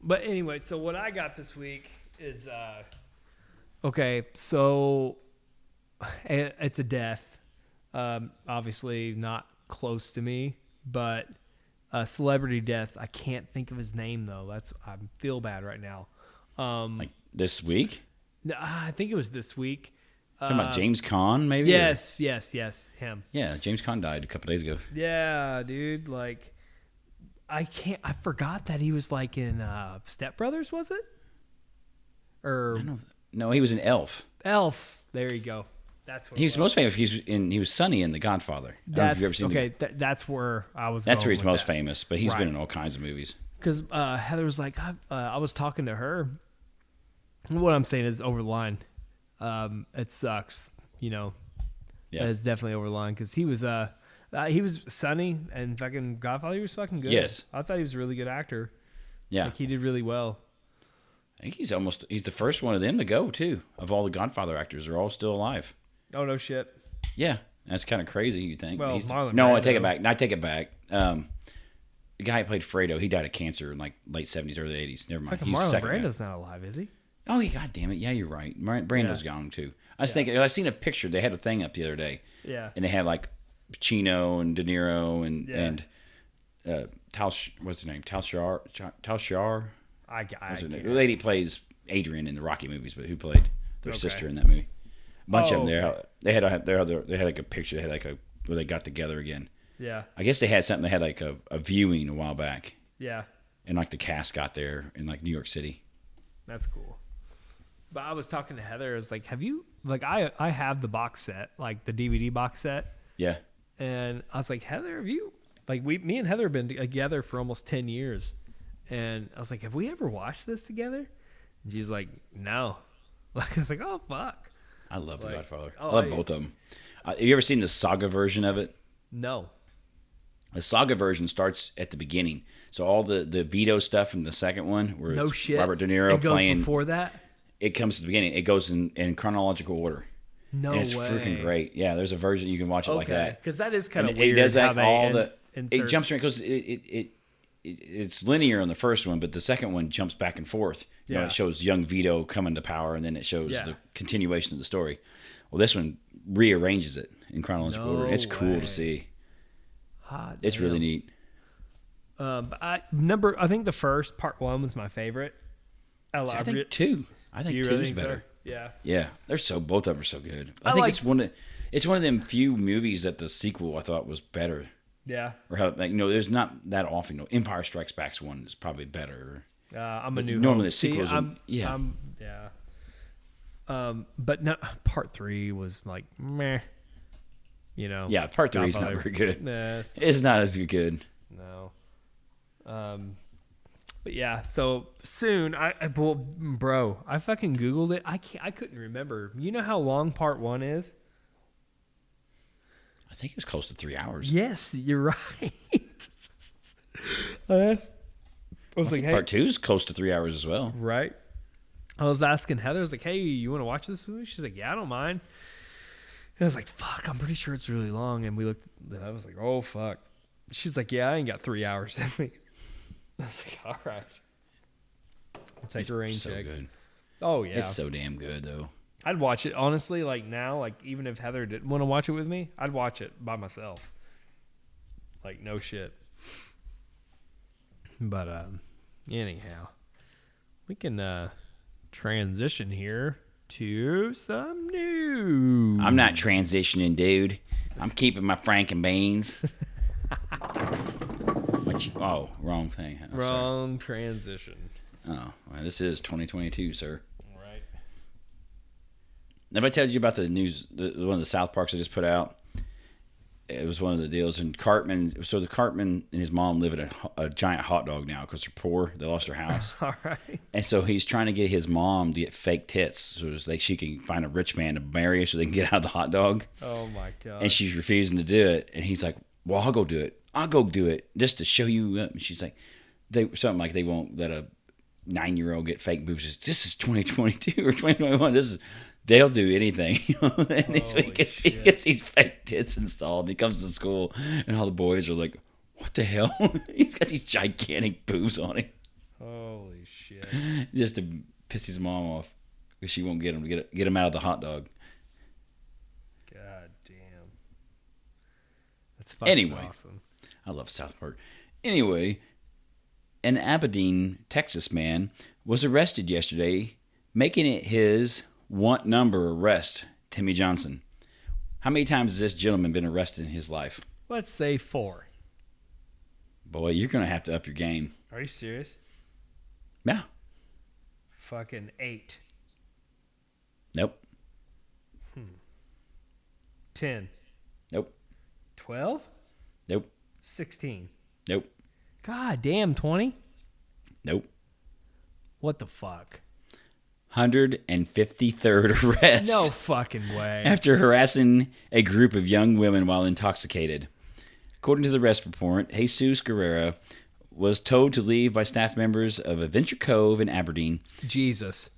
Speaker 1: but anyway, so what I got this week is uh okay, so i- it's a death. Um obviously not close to me, but a celebrity death. I can't think of his name though. That's I feel bad right now. Um
Speaker 2: Like this week.
Speaker 1: no, I think it was this week.
Speaker 2: Talking
Speaker 1: Uh,
Speaker 2: about James Caan, maybe. or-
Speaker 1: Yes, yes, yes, him.
Speaker 2: Yeah, James Conn died a couple days ago.
Speaker 1: Yeah, dude. Like, I can't. I forgot that he was like in uh, Step Brothers, was it? Or
Speaker 2: No, he was an elf.
Speaker 1: Elf? There you go. That's what
Speaker 2: He
Speaker 1: it
Speaker 2: was most famous. He's in. He was Sonny in The Godfather. I don't know if
Speaker 1: That's
Speaker 2: you've ever seen the-
Speaker 1: okay. Th- that's where I was.
Speaker 2: that's
Speaker 1: going
Speaker 2: where he's
Speaker 1: with
Speaker 2: most
Speaker 1: that.
Speaker 2: famous, but he's
Speaker 1: Right.
Speaker 2: been in all kinds of movies.
Speaker 1: because uh, Heather was like, I, uh, I was talking to her. And What I'm saying is over the line. Um, it sucks, you know.
Speaker 2: Yeah.
Speaker 1: it's definitely over the line because he was uh, uh, he was sunny and fucking Godfather. He was fucking good.
Speaker 2: Yes.
Speaker 1: I thought he was a really good actor.
Speaker 2: Yeah,
Speaker 1: Like he did really well.
Speaker 2: I think he's almost. He's the first one of them to go too. Of all the Godfather actors, they're all still alive.
Speaker 1: Oh no shit.
Speaker 2: Yeah, that's kind of crazy. You think?
Speaker 1: Well,
Speaker 2: He's the-
Speaker 1: Marlon
Speaker 2: no, I take
Speaker 1: Brando.
Speaker 2: it back. No, I take it back. Um, the guy who played Fredo, he died of cancer in like late seventies, early eighties. Never mind.
Speaker 1: Fucking
Speaker 2: He's
Speaker 1: Marlon
Speaker 2: second guy.
Speaker 1: Brando's not alive, is he?
Speaker 2: Oh, yeah, God damn it. Yeah, you're right. Mar- Brando's gone too. I was thinking. I seen a picture. They had a thing up the other day.
Speaker 1: Yeah.
Speaker 2: and they had like Pacino and De Niro and
Speaker 1: Yeah.
Speaker 2: and uh, Tal Sh- what's his name Tal Shiar Tal Shiar
Speaker 1: I, I
Speaker 2: the
Speaker 1: can't.
Speaker 2: lady plays Adrian in the Rocky movies, but who played their
Speaker 1: Okay.
Speaker 2: sister in that movie? A bunch
Speaker 1: Oh,
Speaker 2: of them there. They had a, their other they had like a picture. They had like a where they got together again.
Speaker 1: Yeah,
Speaker 2: I guess they had something. They had like a, a viewing a while back,
Speaker 1: yeah,
Speaker 2: and like the cast got there in like New York City.
Speaker 1: that's cool. But I was talking to Heather. I was like, "Have you like I I have the box set, like the DVD box set."
Speaker 2: Yeah,
Speaker 1: And I was like, "Heather, have you like we me and Heather have been together for almost ten years?" And I was like, "Have we ever watched this together?" And she's like, "No." Like I was like, "Oh fuck,
Speaker 2: I love The
Speaker 1: Like-
Speaker 2: Godfather.
Speaker 1: oh,
Speaker 2: I love
Speaker 1: I-
Speaker 2: both of them. Uh, have you ever seen the saga version of it?
Speaker 1: no."
Speaker 2: The saga version starts at the beginning, so all the the veto stuff in the second one, where
Speaker 1: No
Speaker 2: it's
Speaker 1: shit.
Speaker 2: Robert De Niro
Speaker 1: it goes
Speaker 2: playing
Speaker 1: before that.
Speaker 2: it comes to the beginning. It goes in, in chronological order.
Speaker 1: No
Speaker 2: and it's
Speaker 1: way.
Speaker 2: freaking great. Yeah, there's a version you can watch it like
Speaker 1: Okay,
Speaker 2: that.
Speaker 1: because that is kind
Speaker 2: And
Speaker 1: of
Speaker 2: it,
Speaker 1: weird.
Speaker 2: does
Speaker 1: how
Speaker 2: that
Speaker 1: they
Speaker 2: all
Speaker 1: in-
Speaker 2: the it
Speaker 1: insert-
Speaker 2: jumps around because it it, it it it's linear on the first one, but the second one jumps back and forth. You know,
Speaker 1: Yeah.
Speaker 2: it shows young Vito coming to power, and then it shows
Speaker 1: Yeah.
Speaker 2: the continuation of the story. Well, this one rearranges it in chronological order.
Speaker 1: No
Speaker 2: It's cool
Speaker 1: way.
Speaker 2: to see.
Speaker 1: Hot
Speaker 2: It's
Speaker 1: damn.
Speaker 2: really neat.
Speaker 1: Um, but I number I think the first part one was my favorite. I,
Speaker 2: See,
Speaker 1: I
Speaker 2: I
Speaker 1: re-
Speaker 2: think two. I think
Speaker 1: you
Speaker 2: two's
Speaker 1: really think so?
Speaker 2: better.
Speaker 1: Yeah.
Speaker 2: Yeah, they're so both of them are so good. I,
Speaker 1: I
Speaker 2: think
Speaker 1: like-
Speaker 2: it's one of it's one of them few movies that the sequel I thought was better.
Speaker 1: Yeah.
Speaker 2: Or how like you know, there's not that often. You know, Empire Strikes Back's one is probably better.
Speaker 1: Uh, I'm a new
Speaker 2: normally
Speaker 1: hope.
Speaker 2: the
Speaker 1: See,
Speaker 2: sequels are-
Speaker 1: I'm,
Speaker 2: yeah.
Speaker 1: I'm, yeah. Um, but no, part three was like meh. You know.
Speaker 2: Yeah, part three is not
Speaker 1: Godfather.
Speaker 2: very good.
Speaker 1: Nah, it's-
Speaker 2: It's not as good.
Speaker 1: no. Um, but yeah. So soon, I, I well, bro, I fucking googled it. I can't, I couldn't remember. You know how long part one is?
Speaker 2: I think it was close to three hours.
Speaker 1: Yes, you're right. That's. I was like, hey,
Speaker 2: Part two is close to three hours as well.
Speaker 1: Right. I was asking Heather, I was like, hey, you want to watch this movie? She's like, yeah, I don't mind. And I was like, fuck, I'm pretty sure it's really long. And we looked, and I was like, oh, fuck. She's like, yeah, I ain't got three hours in me. I was like, all right. I'll take a rain
Speaker 2: so
Speaker 1: check.
Speaker 2: good.
Speaker 1: Oh, yeah.
Speaker 2: It's so damn good though.
Speaker 1: I'd watch it, honestly, like now, like even if Heather didn't want to watch it with me, I'd watch it by myself. Like, no shit. But, um, anyhow, we can, uh, transition here to some news.
Speaker 2: I'm not transitioning, dude. I'm keeping my Frank and beans. What you- oh, wrong thing. I'm sorry.
Speaker 1: Wrong transition.
Speaker 2: Oh, well, this is 2022, sir.
Speaker 1: Right.
Speaker 2: Nobody tells you about the news, the, the one of the South Parks I just put out. It was one of the deals, and Cartman. So the Cartman and his mom live in a, ho- a giant hot dog now because they're poor. They lost their house,
Speaker 1: All right.
Speaker 2: and so he's trying to get his mom to get fake tits so as they, she can find a rich man to marry her so they can get out of the hot dog.
Speaker 1: Oh, my God.
Speaker 2: And she's refusing to do it, and he's like, "Well, I'll go do it. I'll go do it just to show you." Up. And she's like, "They something like they won't let a nine year old get fake boobs." She's, This is 2022 or 2021. This is they'll do anything. and he's- he
Speaker 1: Holy
Speaker 2: gets he
Speaker 1: shit.
Speaker 2: gets these fake tits installed. And he comes to school, and all the boys are like, "What the hell?" he's got these gigantic boobs on him
Speaker 1: Holy shit.
Speaker 2: just to piss his mom off because she won't get him to get get him out of the hot dog.
Speaker 1: God damn. That's fucking
Speaker 2: Anyway.
Speaker 1: awesome.
Speaker 2: I love South Park. Anyway, an Aberdeen, Texas man was arrested yesterday, making it his want number arrest, Timmy Johnson. How many times has this gentleman been arrested in his life?
Speaker 1: Let's say four.
Speaker 2: Boy, you're going to have to up your game.
Speaker 1: Are you serious?
Speaker 2: No.
Speaker 1: Fucking eight.
Speaker 2: Nope.
Speaker 1: Ten.
Speaker 2: Nope.
Speaker 1: 12
Speaker 2: Nope.
Speaker 1: 16
Speaker 2: Nope.
Speaker 1: god damn 20
Speaker 2: Nope.
Speaker 1: what the fuck
Speaker 2: 153rd arrest.
Speaker 1: no fucking way
Speaker 2: after harassing a group of young women while intoxicated. According to the arrest report, Jesus Guerrera was told to leave by staff members of Adventure Cove in Aberdeen.
Speaker 1: jesus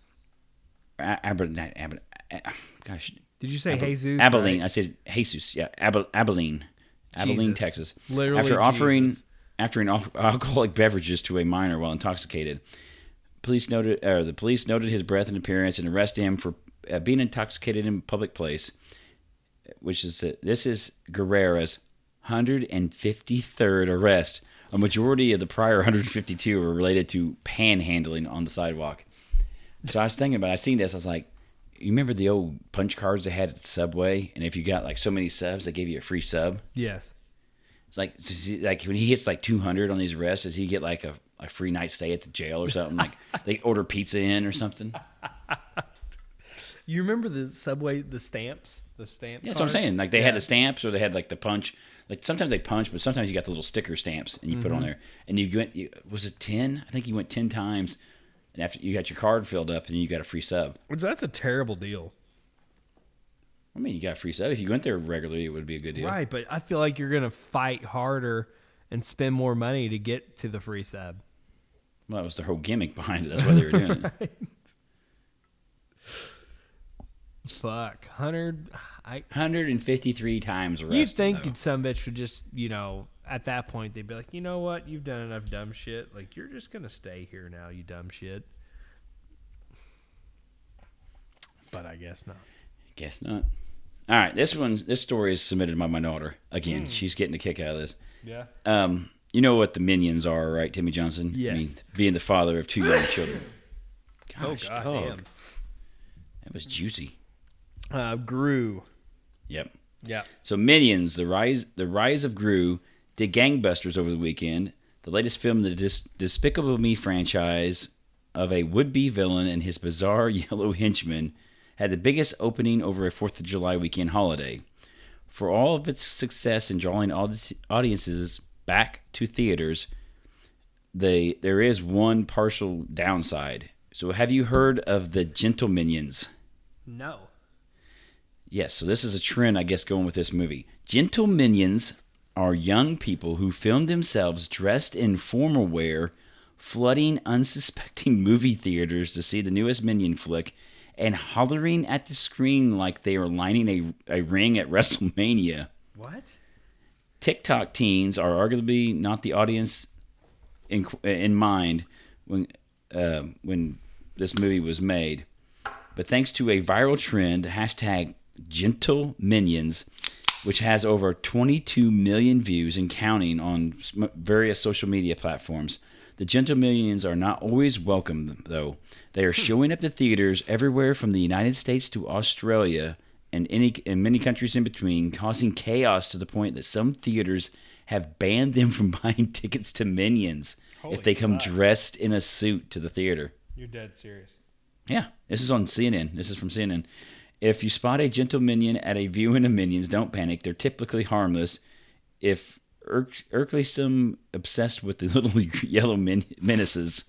Speaker 2: A- Aber- not Aber- A- gosh,
Speaker 1: did you say jesus
Speaker 2: Abilene.
Speaker 1: right?
Speaker 2: I said Jesus. Yeah, Ab- Abilene, Abilene,
Speaker 1: Jesus.
Speaker 2: Texas.
Speaker 1: Literally
Speaker 2: after offering
Speaker 1: Jesus.
Speaker 2: after an al- alcoholic beverages to a minor while intoxicated, police noted or the police noted his breath and appearance and arrested him for uh, being intoxicated in a public place. Which is uh, this is Guerrera's 153rd arrest. A majority of the prior 152 were related to panhandling on the sidewalk. So I was thinking about. it. I seen this. I was like, you remember the old punch cards they had at the subway, and if you got like so many subs, they gave you a free sub.
Speaker 1: yes
Speaker 2: It's like so see, like when he hits like 200 on these arrests, does he get like a, a free night stay at the jail or something? Like they order pizza in or something.
Speaker 1: you remember the subway the stamps the stamp
Speaker 2: Yeah, that's what I'm
Speaker 1: card?
Speaker 2: saying. Like they had
Speaker 1: Yeah.
Speaker 2: the stamps or they had like the punch. Like sometimes they punch, but sometimes you got the little sticker stamps and you put on
Speaker 1: Mm-hmm.
Speaker 2: there. And you went, you, was it 10? I think you went 10 times. And after you got your card filled up, and you got a free sub.
Speaker 1: which that's a terrible deal
Speaker 2: I mean, you got a free sub. If you went there regularly, it would be a good deal.
Speaker 1: right but i feel like you're gonna fight harder and spend more money to get to the free sub
Speaker 2: Well, that was their whole gimmick behind it. That's why they were doing it.
Speaker 1: Fuck, hundred. I
Speaker 2: 153 times arrested.
Speaker 1: you'd think
Speaker 2: though.
Speaker 1: that some bitch would just you know at that point they'd be like, you know what, you've done enough dumb shit. Like you're just gonna stay here now, you dumb shit. But I guess not.
Speaker 2: Guess not. All right, this one, this story is submitted by my daughter. Again, she's getting a kick out of this.
Speaker 1: Yeah.
Speaker 2: Um, you know what the minions are, right, Timmy Johnson?
Speaker 1: Yes.
Speaker 2: being the father of two young children. Gosh,
Speaker 1: oh god.
Speaker 2: dog,
Speaker 1: damn.
Speaker 2: that was juicy.
Speaker 1: Uh, Gru.
Speaker 2: Yep.
Speaker 1: Yeah.
Speaker 2: So Minions: The Rise, The Rise of Gru, did gangbusters over the weekend. The latest film in the Dis- Despicable Me franchise of a would-be villain and his bizarre yellow henchman had the biggest opening over a Fourth of July weekend holiday. For all of its success in drawing audi- audiences back to theaters, they there is one partial downside. So, have you heard of the Gentle Minions?
Speaker 1: No.
Speaker 2: Yes, so this is a trend, I guess, going with this movie. Gentle minions are young people who film themselves dressed in formal wear, flooding unsuspecting movie theaters to see the newest minion flick, and hollering at the screen like they are lining a, a ring at WrestleMania.
Speaker 1: What?
Speaker 2: TikTok teens are arguably not the audience in in mind when uh, when this movie was made, but thanks to a viral trend hashtag Gentle Minions, which has over 22 million views and counting on sm- various social media platforms. The Gentle Minions are not always welcome, though. They are showing up to theaters everywhere from the United States to Australia and any and many countries in between, causing chaos to the point that some theaters have banned them from buying tickets to Minions
Speaker 1: Holy
Speaker 2: if they come
Speaker 1: fuck.
Speaker 2: dressed in a suit to the theater.
Speaker 1: You're dead serious.
Speaker 2: Yeah, this is on CNN. This is from CNN. If you spot a gentle minion at a viewing of minions, don't panic. They're typically harmless. If irk, irkleysome obsessed with the little yellow men- menaces,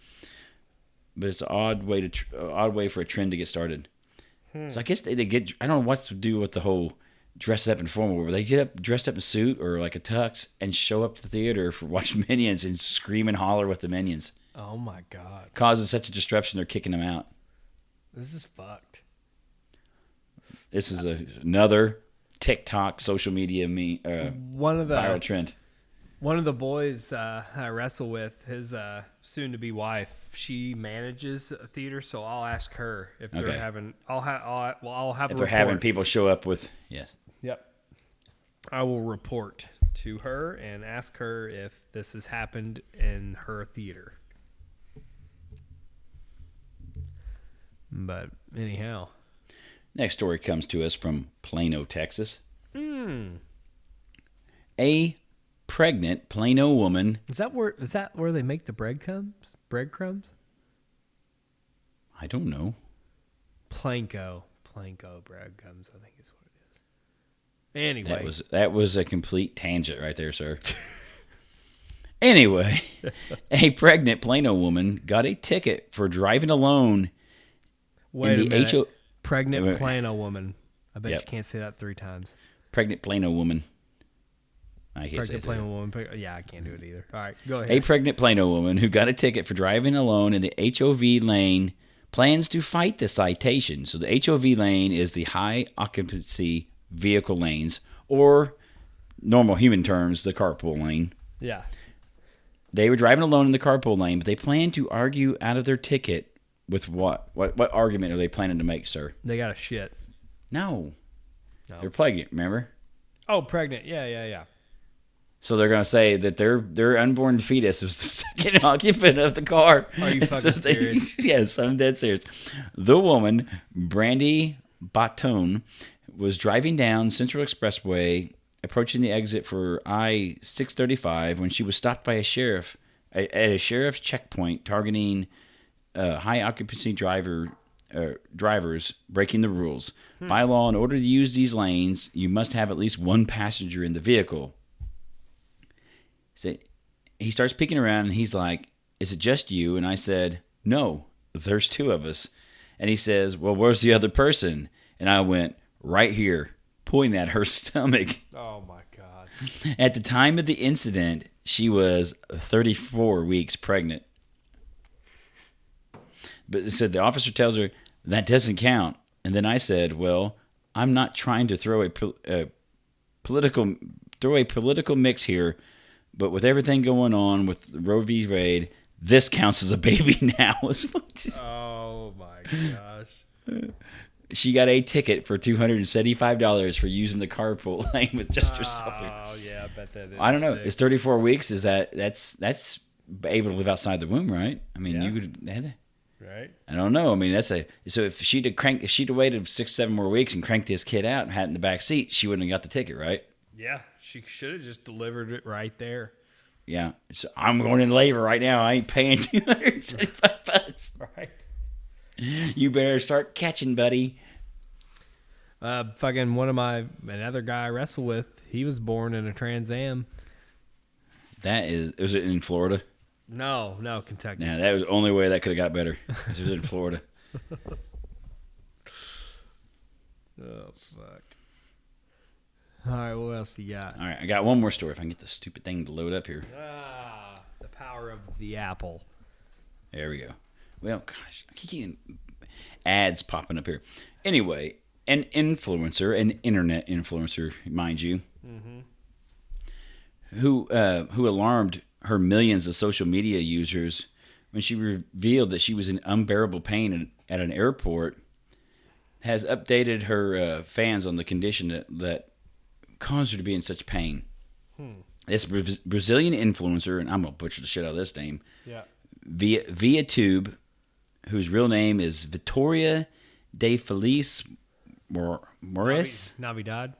Speaker 2: but it's an odd way to tr- uh, odd way for a trend to get started. So I guess they, they get I don't know what to do with the whole dress up in formal. Where they get up dressed up in suit or like a tux and show up to the theater for watch minions and scream and holler with the minions,
Speaker 1: Oh my god.
Speaker 2: causing such a disruption they're kicking them out.
Speaker 1: This is fucked.
Speaker 2: This is a, another TikTok social media me uh,
Speaker 1: One of the
Speaker 2: viral trend.
Speaker 1: one of the boys uh, I wrestle with, his uh, soon-to-be wife, she manages a theater, so I'll ask her if they're
Speaker 2: Okay.
Speaker 1: having. I'll have. I'll, well, I'll have.
Speaker 2: If
Speaker 1: a
Speaker 2: they're having
Speaker 1: report.
Speaker 2: people show up with yes,
Speaker 1: Yep. I will report to her and ask her if this has happened in her theater. But anyhow,
Speaker 2: next story comes to us from Plano, Texas.
Speaker 1: Hmm.
Speaker 2: A pregnant Plano woman.
Speaker 1: is that where is that where they make the breadcrumbs? Breadcrumbs?
Speaker 2: I don't know.
Speaker 1: Planko, Planko breadcrumbs. I think is what it is. Anyway,
Speaker 2: That was that was a complete tangent right there, sir. anyway, a pregnant Plano woman got a ticket for driving alone
Speaker 1: wait
Speaker 2: in
Speaker 1: a
Speaker 2: the
Speaker 1: minute.
Speaker 2: HO
Speaker 1: Pregnant
Speaker 2: Wait.
Speaker 1: Plano woman. I bet
Speaker 2: Yep.
Speaker 1: you can't say that three times.
Speaker 2: pregnant Plano woman. I can't say
Speaker 1: Pregnant
Speaker 2: that.
Speaker 1: Plano woman. preg- Yeah, I can't do it either. All right, go ahead.
Speaker 2: A pregnant Plano woman who got a ticket for driving alone in the HOV lane plans to fight the citation. So the HOV lane is the high occupancy vehicle lanes, or normal human terms, the carpool lane.
Speaker 1: yeah.
Speaker 2: They were driving alone in the carpool lane, but they plan to argue out of their ticket with what? What, what argument are they planning to make, sir?
Speaker 1: They got a shit.
Speaker 2: No.
Speaker 1: No.
Speaker 2: They're pregnant, remember?
Speaker 1: Oh, pregnant. Yeah, yeah, yeah.
Speaker 2: So they're gonna say that their their unborn fetus was the second occupant of the car.
Speaker 1: Are you
Speaker 2: And
Speaker 1: fucking serious?
Speaker 2: Yes, I'm dead serious. The woman, Brandy Baton, was driving down Central Expressway, approaching the exit for I six thirty five when she was stopped by a sheriff a- at a sheriff's checkpoint targeting uh, high occupancy driver uh, drivers breaking the rules.
Speaker 1: Hmm.
Speaker 2: By law, in order to use these lanes, you must have at least one passenger in the vehicle. So he starts peeking around and he's like, Is it just you? And I said, No, there's two of us. And he says, Well, where's the other person? And I went, Right here, pointing at her stomach.
Speaker 1: Oh my god.
Speaker 2: At the time of the incident, she was 34 weeks pregnant. But it said the officer tells her that doesn't count. And then I said, "Well, I'm not trying to throw a, pol- a political throw a political mix here, but with everything going on with Roe v. Wade, this counts as a baby now." It's just-
Speaker 1: Oh my gosh.
Speaker 2: she got a ticket for two hundred and seventy-five dollars for using the carpool lane with just herself.
Speaker 1: Oh yeah, I bet that.
Speaker 2: I don't know.
Speaker 1: didn't
Speaker 2: It's
Speaker 1: stick.
Speaker 2: thirty-four weeks. Is that that's that's able to live outside the womb, right? I mean,
Speaker 1: Yeah.
Speaker 2: you could.
Speaker 1: right?
Speaker 2: I don't know. I mean, that's a so if she'd have cranked, if she'd have waited six, seven more weeks and cranked this kid out and had it in the back seat, she wouldn't have got the ticket, right?
Speaker 1: Yeah, she should have just delivered it right there.
Speaker 2: Yeah. So I'm going in labor right now. I ain't paying two hundred seventy-five bucks.
Speaker 1: Right.
Speaker 2: You better start catching, buddy.
Speaker 1: Uh, fucking one of my another guy I wrestle with. He was born in a Trans Am.
Speaker 2: That is, was it in Florida?
Speaker 1: No, no, Kentucky.
Speaker 2: Yeah, that was the only way that could have got better. It was in Florida.
Speaker 1: Oh fuck. All right, what else you got?
Speaker 2: All right, I got one more story. If I can get the stupid thing to load up here.
Speaker 1: Ah, the power of the apple.
Speaker 2: There we go. Well, gosh, I keep getting ads popping up here. Anyway, an influencer, an internet influencer, mind you, who uh, who alarmed her millions of social media users when she revealed that she was in unbearable pain at, at an airport, has updated her uh, fans on the condition that, that caused her to be in such pain. This Bra- Brazilian influencer, and I'm gonna butcher the shit out of this name.
Speaker 1: Yeah.
Speaker 2: Via Via Tube, whose real name is Vittoria de Feliz Mor- Morris
Speaker 1: Navidad.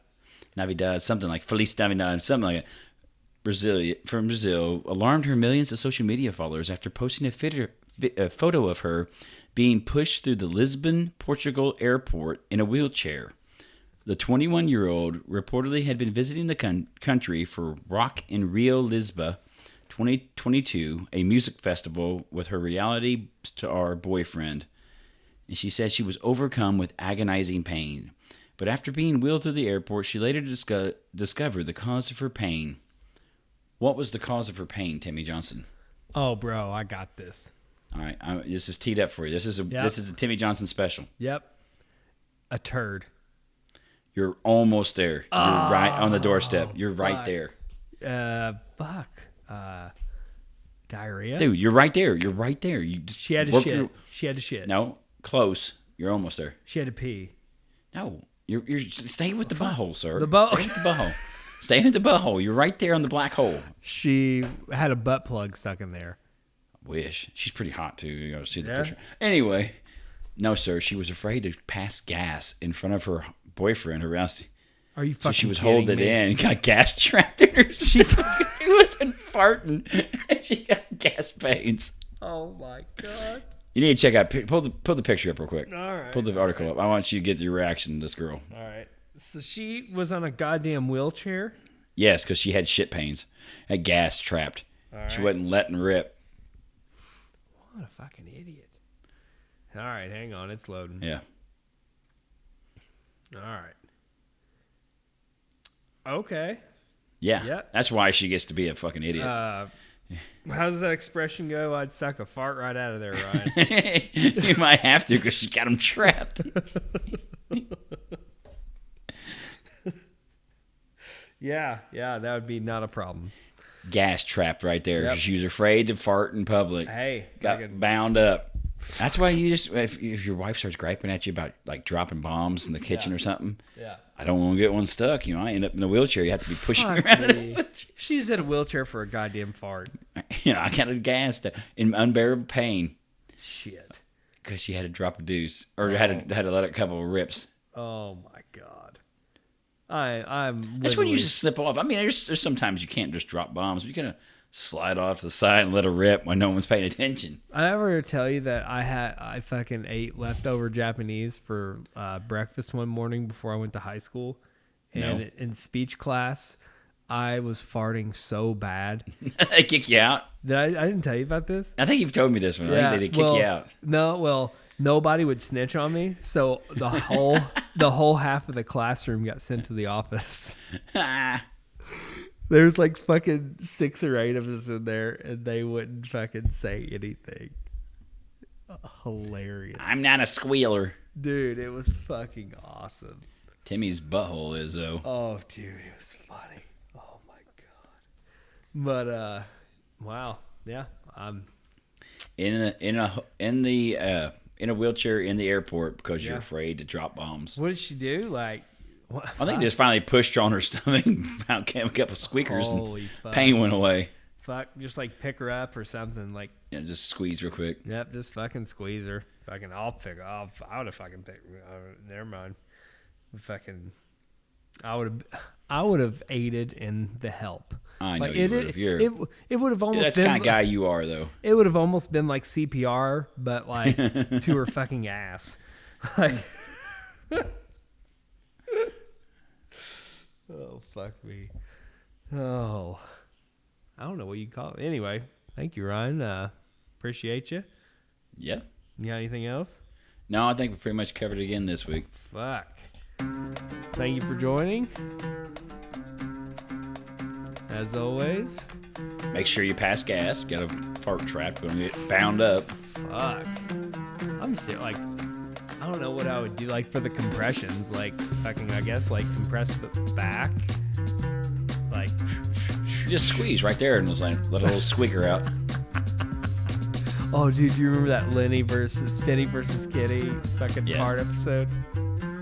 Speaker 2: Navidad, something like Feliz Navidad, something like that. Brazil from Brazil alarmed her millions of social media followers after posting a, fit- a photo of her being pushed through the Lisbon, Portugal airport in a wheelchair. The 21 year old reportedly had been visiting the con- country for Rock in Rio Lisboa 2022, a music festival with her reality star boyfriend. And she said she was overcome with agonizing pain. But after being wheeled through the airport, she later disco- discovered the cause of her pain. What was the cause of her pain, Timmy Johnson?
Speaker 1: Oh, bro, I got this.
Speaker 2: All right, I, this is teed up for you. This is a
Speaker 1: Yeah.
Speaker 2: this is a Timmy Johnson special.
Speaker 1: Yep. A turd.
Speaker 2: You're almost there. You're
Speaker 1: Ah.
Speaker 2: right on the doorstep. You're right
Speaker 1: fuck.
Speaker 2: there.
Speaker 1: Uh, fuck. Uh, diarrhea.
Speaker 2: Dude, you're right there. You're right there. You just
Speaker 1: She had to
Speaker 2: work
Speaker 1: shit.
Speaker 2: your-
Speaker 1: She had to shit.
Speaker 2: no, close. You're almost there.
Speaker 1: She had to pee.
Speaker 2: No, you're you're stay with the butthole, sir.
Speaker 1: The bu-
Speaker 2: Stay with the butthole. stay with the butthole. You're right there on the black hole.
Speaker 1: She had a butt plug stuck in there.
Speaker 2: Wish she's pretty hot too. You gotta see the
Speaker 1: Yeah?
Speaker 2: picture. Anyway, no, sir. She was afraid to pass gas in front of her boyfriend, her rousey.
Speaker 1: Are you fucking?
Speaker 2: So she was
Speaker 1: kidding
Speaker 2: holding
Speaker 1: me?
Speaker 2: in and got gas trapped in her. She, she wasn't farting. she got gas pains.
Speaker 1: Oh my god.
Speaker 2: You need to check out. Pull the pull the picture up real quick.
Speaker 1: All right.
Speaker 2: Pull the article up. I want you to get your reaction to this girl.
Speaker 1: All right. So she was on a goddamn wheelchair.
Speaker 2: Yes, because she had shit pains. Had gas trapped. She wasn't letting rip.
Speaker 1: What a fucking idiot. All right, hang on, it's loading.
Speaker 2: Yeah.
Speaker 1: All right. Okay.
Speaker 2: Yeah.
Speaker 1: Yeah.
Speaker 2: That's why she gets to be a fucking idiot.
Speaker 1: Uh, how does that expression go? I'd suck a fart right out of there, Ryan.
Speaker 2: you might have to because she got him trapped.
Speaker 1: yeah, yeah, that would be not a problem.
Speaker 2: gas trapped right there.
Speaker 1: Yep.
Speaker 2: She was afraid to fart in public.
Speaker 1: Hey,
Speaker 2: got
Speaker 1: fucking-
Speaker 2: bound up. That's why you just if, if your wife starts griping at you about like dropping bombs in the kitchen or something.
Speaker 1: Yeah.
Speaker 2: I don't want to get one stuck. You know, I end up in a wheelchair. You have to be pushing
Speaker 1: Fuck
Speaker 2: around. in a
Speaker 1: me.
Speaker 2: wheelchair.
Speaker 1: She's in a wheelchair for a goddamn fart.
Speaker 2: you know, I got a gas to, in unbearable pain
Speaker 1: Shit.
Speaker 2: because she had to drop a deuce or had to, had to let a couple of rips.
Speaker 1: Oh my god. I I'm.
Speaker 2: That's when you
Speaker 1: literally-
Speaker 2: just slip off. I mean, there's, there's sometimes you can't just drop bombs. You're gonna slide off to the side and let her rip when no one's paying attention.
Speaker 1: I ever tell you that I had I fucking ate leftover Japanese for uh, breakfast one morning before I went to high school, and
Speaker 2: No.
Speaker 1: in speech class, I was farting so bad
Speaker 2: they kick you out.
Speaker 1: that I, I didn't tell you about this.
Speaker 2: I think you've told me this one. I think they, they kick
Speaker 1: well,
Speaker 2: you out.
Speaker 1: No, well, nobody would snitch on me, so the whole the whole half of the classroom got sent to the office. There's like fucking six or eight of us in there, and they wouldn't fucking say anything. Hilarious.
Speaker 2: I'm not a squealer.
Speaker 1: Dude, it was fucking awesome.
Speaker 2: Timmy's butthole is though.
Speaker 1: Oh, dude, it was funny. Oh my god. But uh, wow, yeah, um,
Speaker 2: in a in a in the uh, in a wheelchair in the airport because you're
Speaker 1: Yeah.
Speaker 2: afraid to drop bombs.
Speaker 1: what did she do? Like, what?
Speaker 2: I think they just finally pushed her on her stomach, and found came a couple squeakers,
Speaker 1: Holy
Speaker 2: and
Speaker 1: fuck.
Speaker 2: pain went away.
Speaker 1: fuck, just like pick her up or something. Like,
Speaker 2: Yeah, just squeeze real quick.
Speaker 1: yep, just fucking squeeze her. Fucking, I'll pick. I'll, I would have fucking picked. Uh, never mind. Fucking, I would have. I would have aided in the help.
Speaker 2: I know
Speaker 1: Like,
Speaker 2: you
Speaker 1: it,
Speaker 2: would've.
Speaker 1: it,
Speaker 2: You're-
Speaker 1: it, it would have
Speaker 2: Yeah,
Speaker 1: almost
Speaker 2: that's the
Speaker 1: been
Speaker 2: kind of guy you are, though.
Speaker 1: it would have almost been like CPR, but like to her fucking ass. Like, oh fuck me. Oh, I don't know what you call it. Anyway, thank you, Ryan. Uh, appreciate you.
Speaker 2: Yeah.
Speaker 1: You got anything else?
Speaker 2: No, I think we pretty much covered it again this week.
Speaker 1: Fuck. Thank you for joining. As always,
Speaker 2: Make sure you pass gas. Got a fart trap when you get bound up.
Speaker 1: fuck. I'm still like, I don't know what I would do like for the compressions. Like fucking, I guess like compress the back. Like,
Speaker 2: Just squeeze right there and just like, let a little squeaker out.
Speaker 1: oh dude, you remember that Lenny versus Spinny versus Kitty fucking
Speaker 2: Yeah.
Speaker 1: part episode?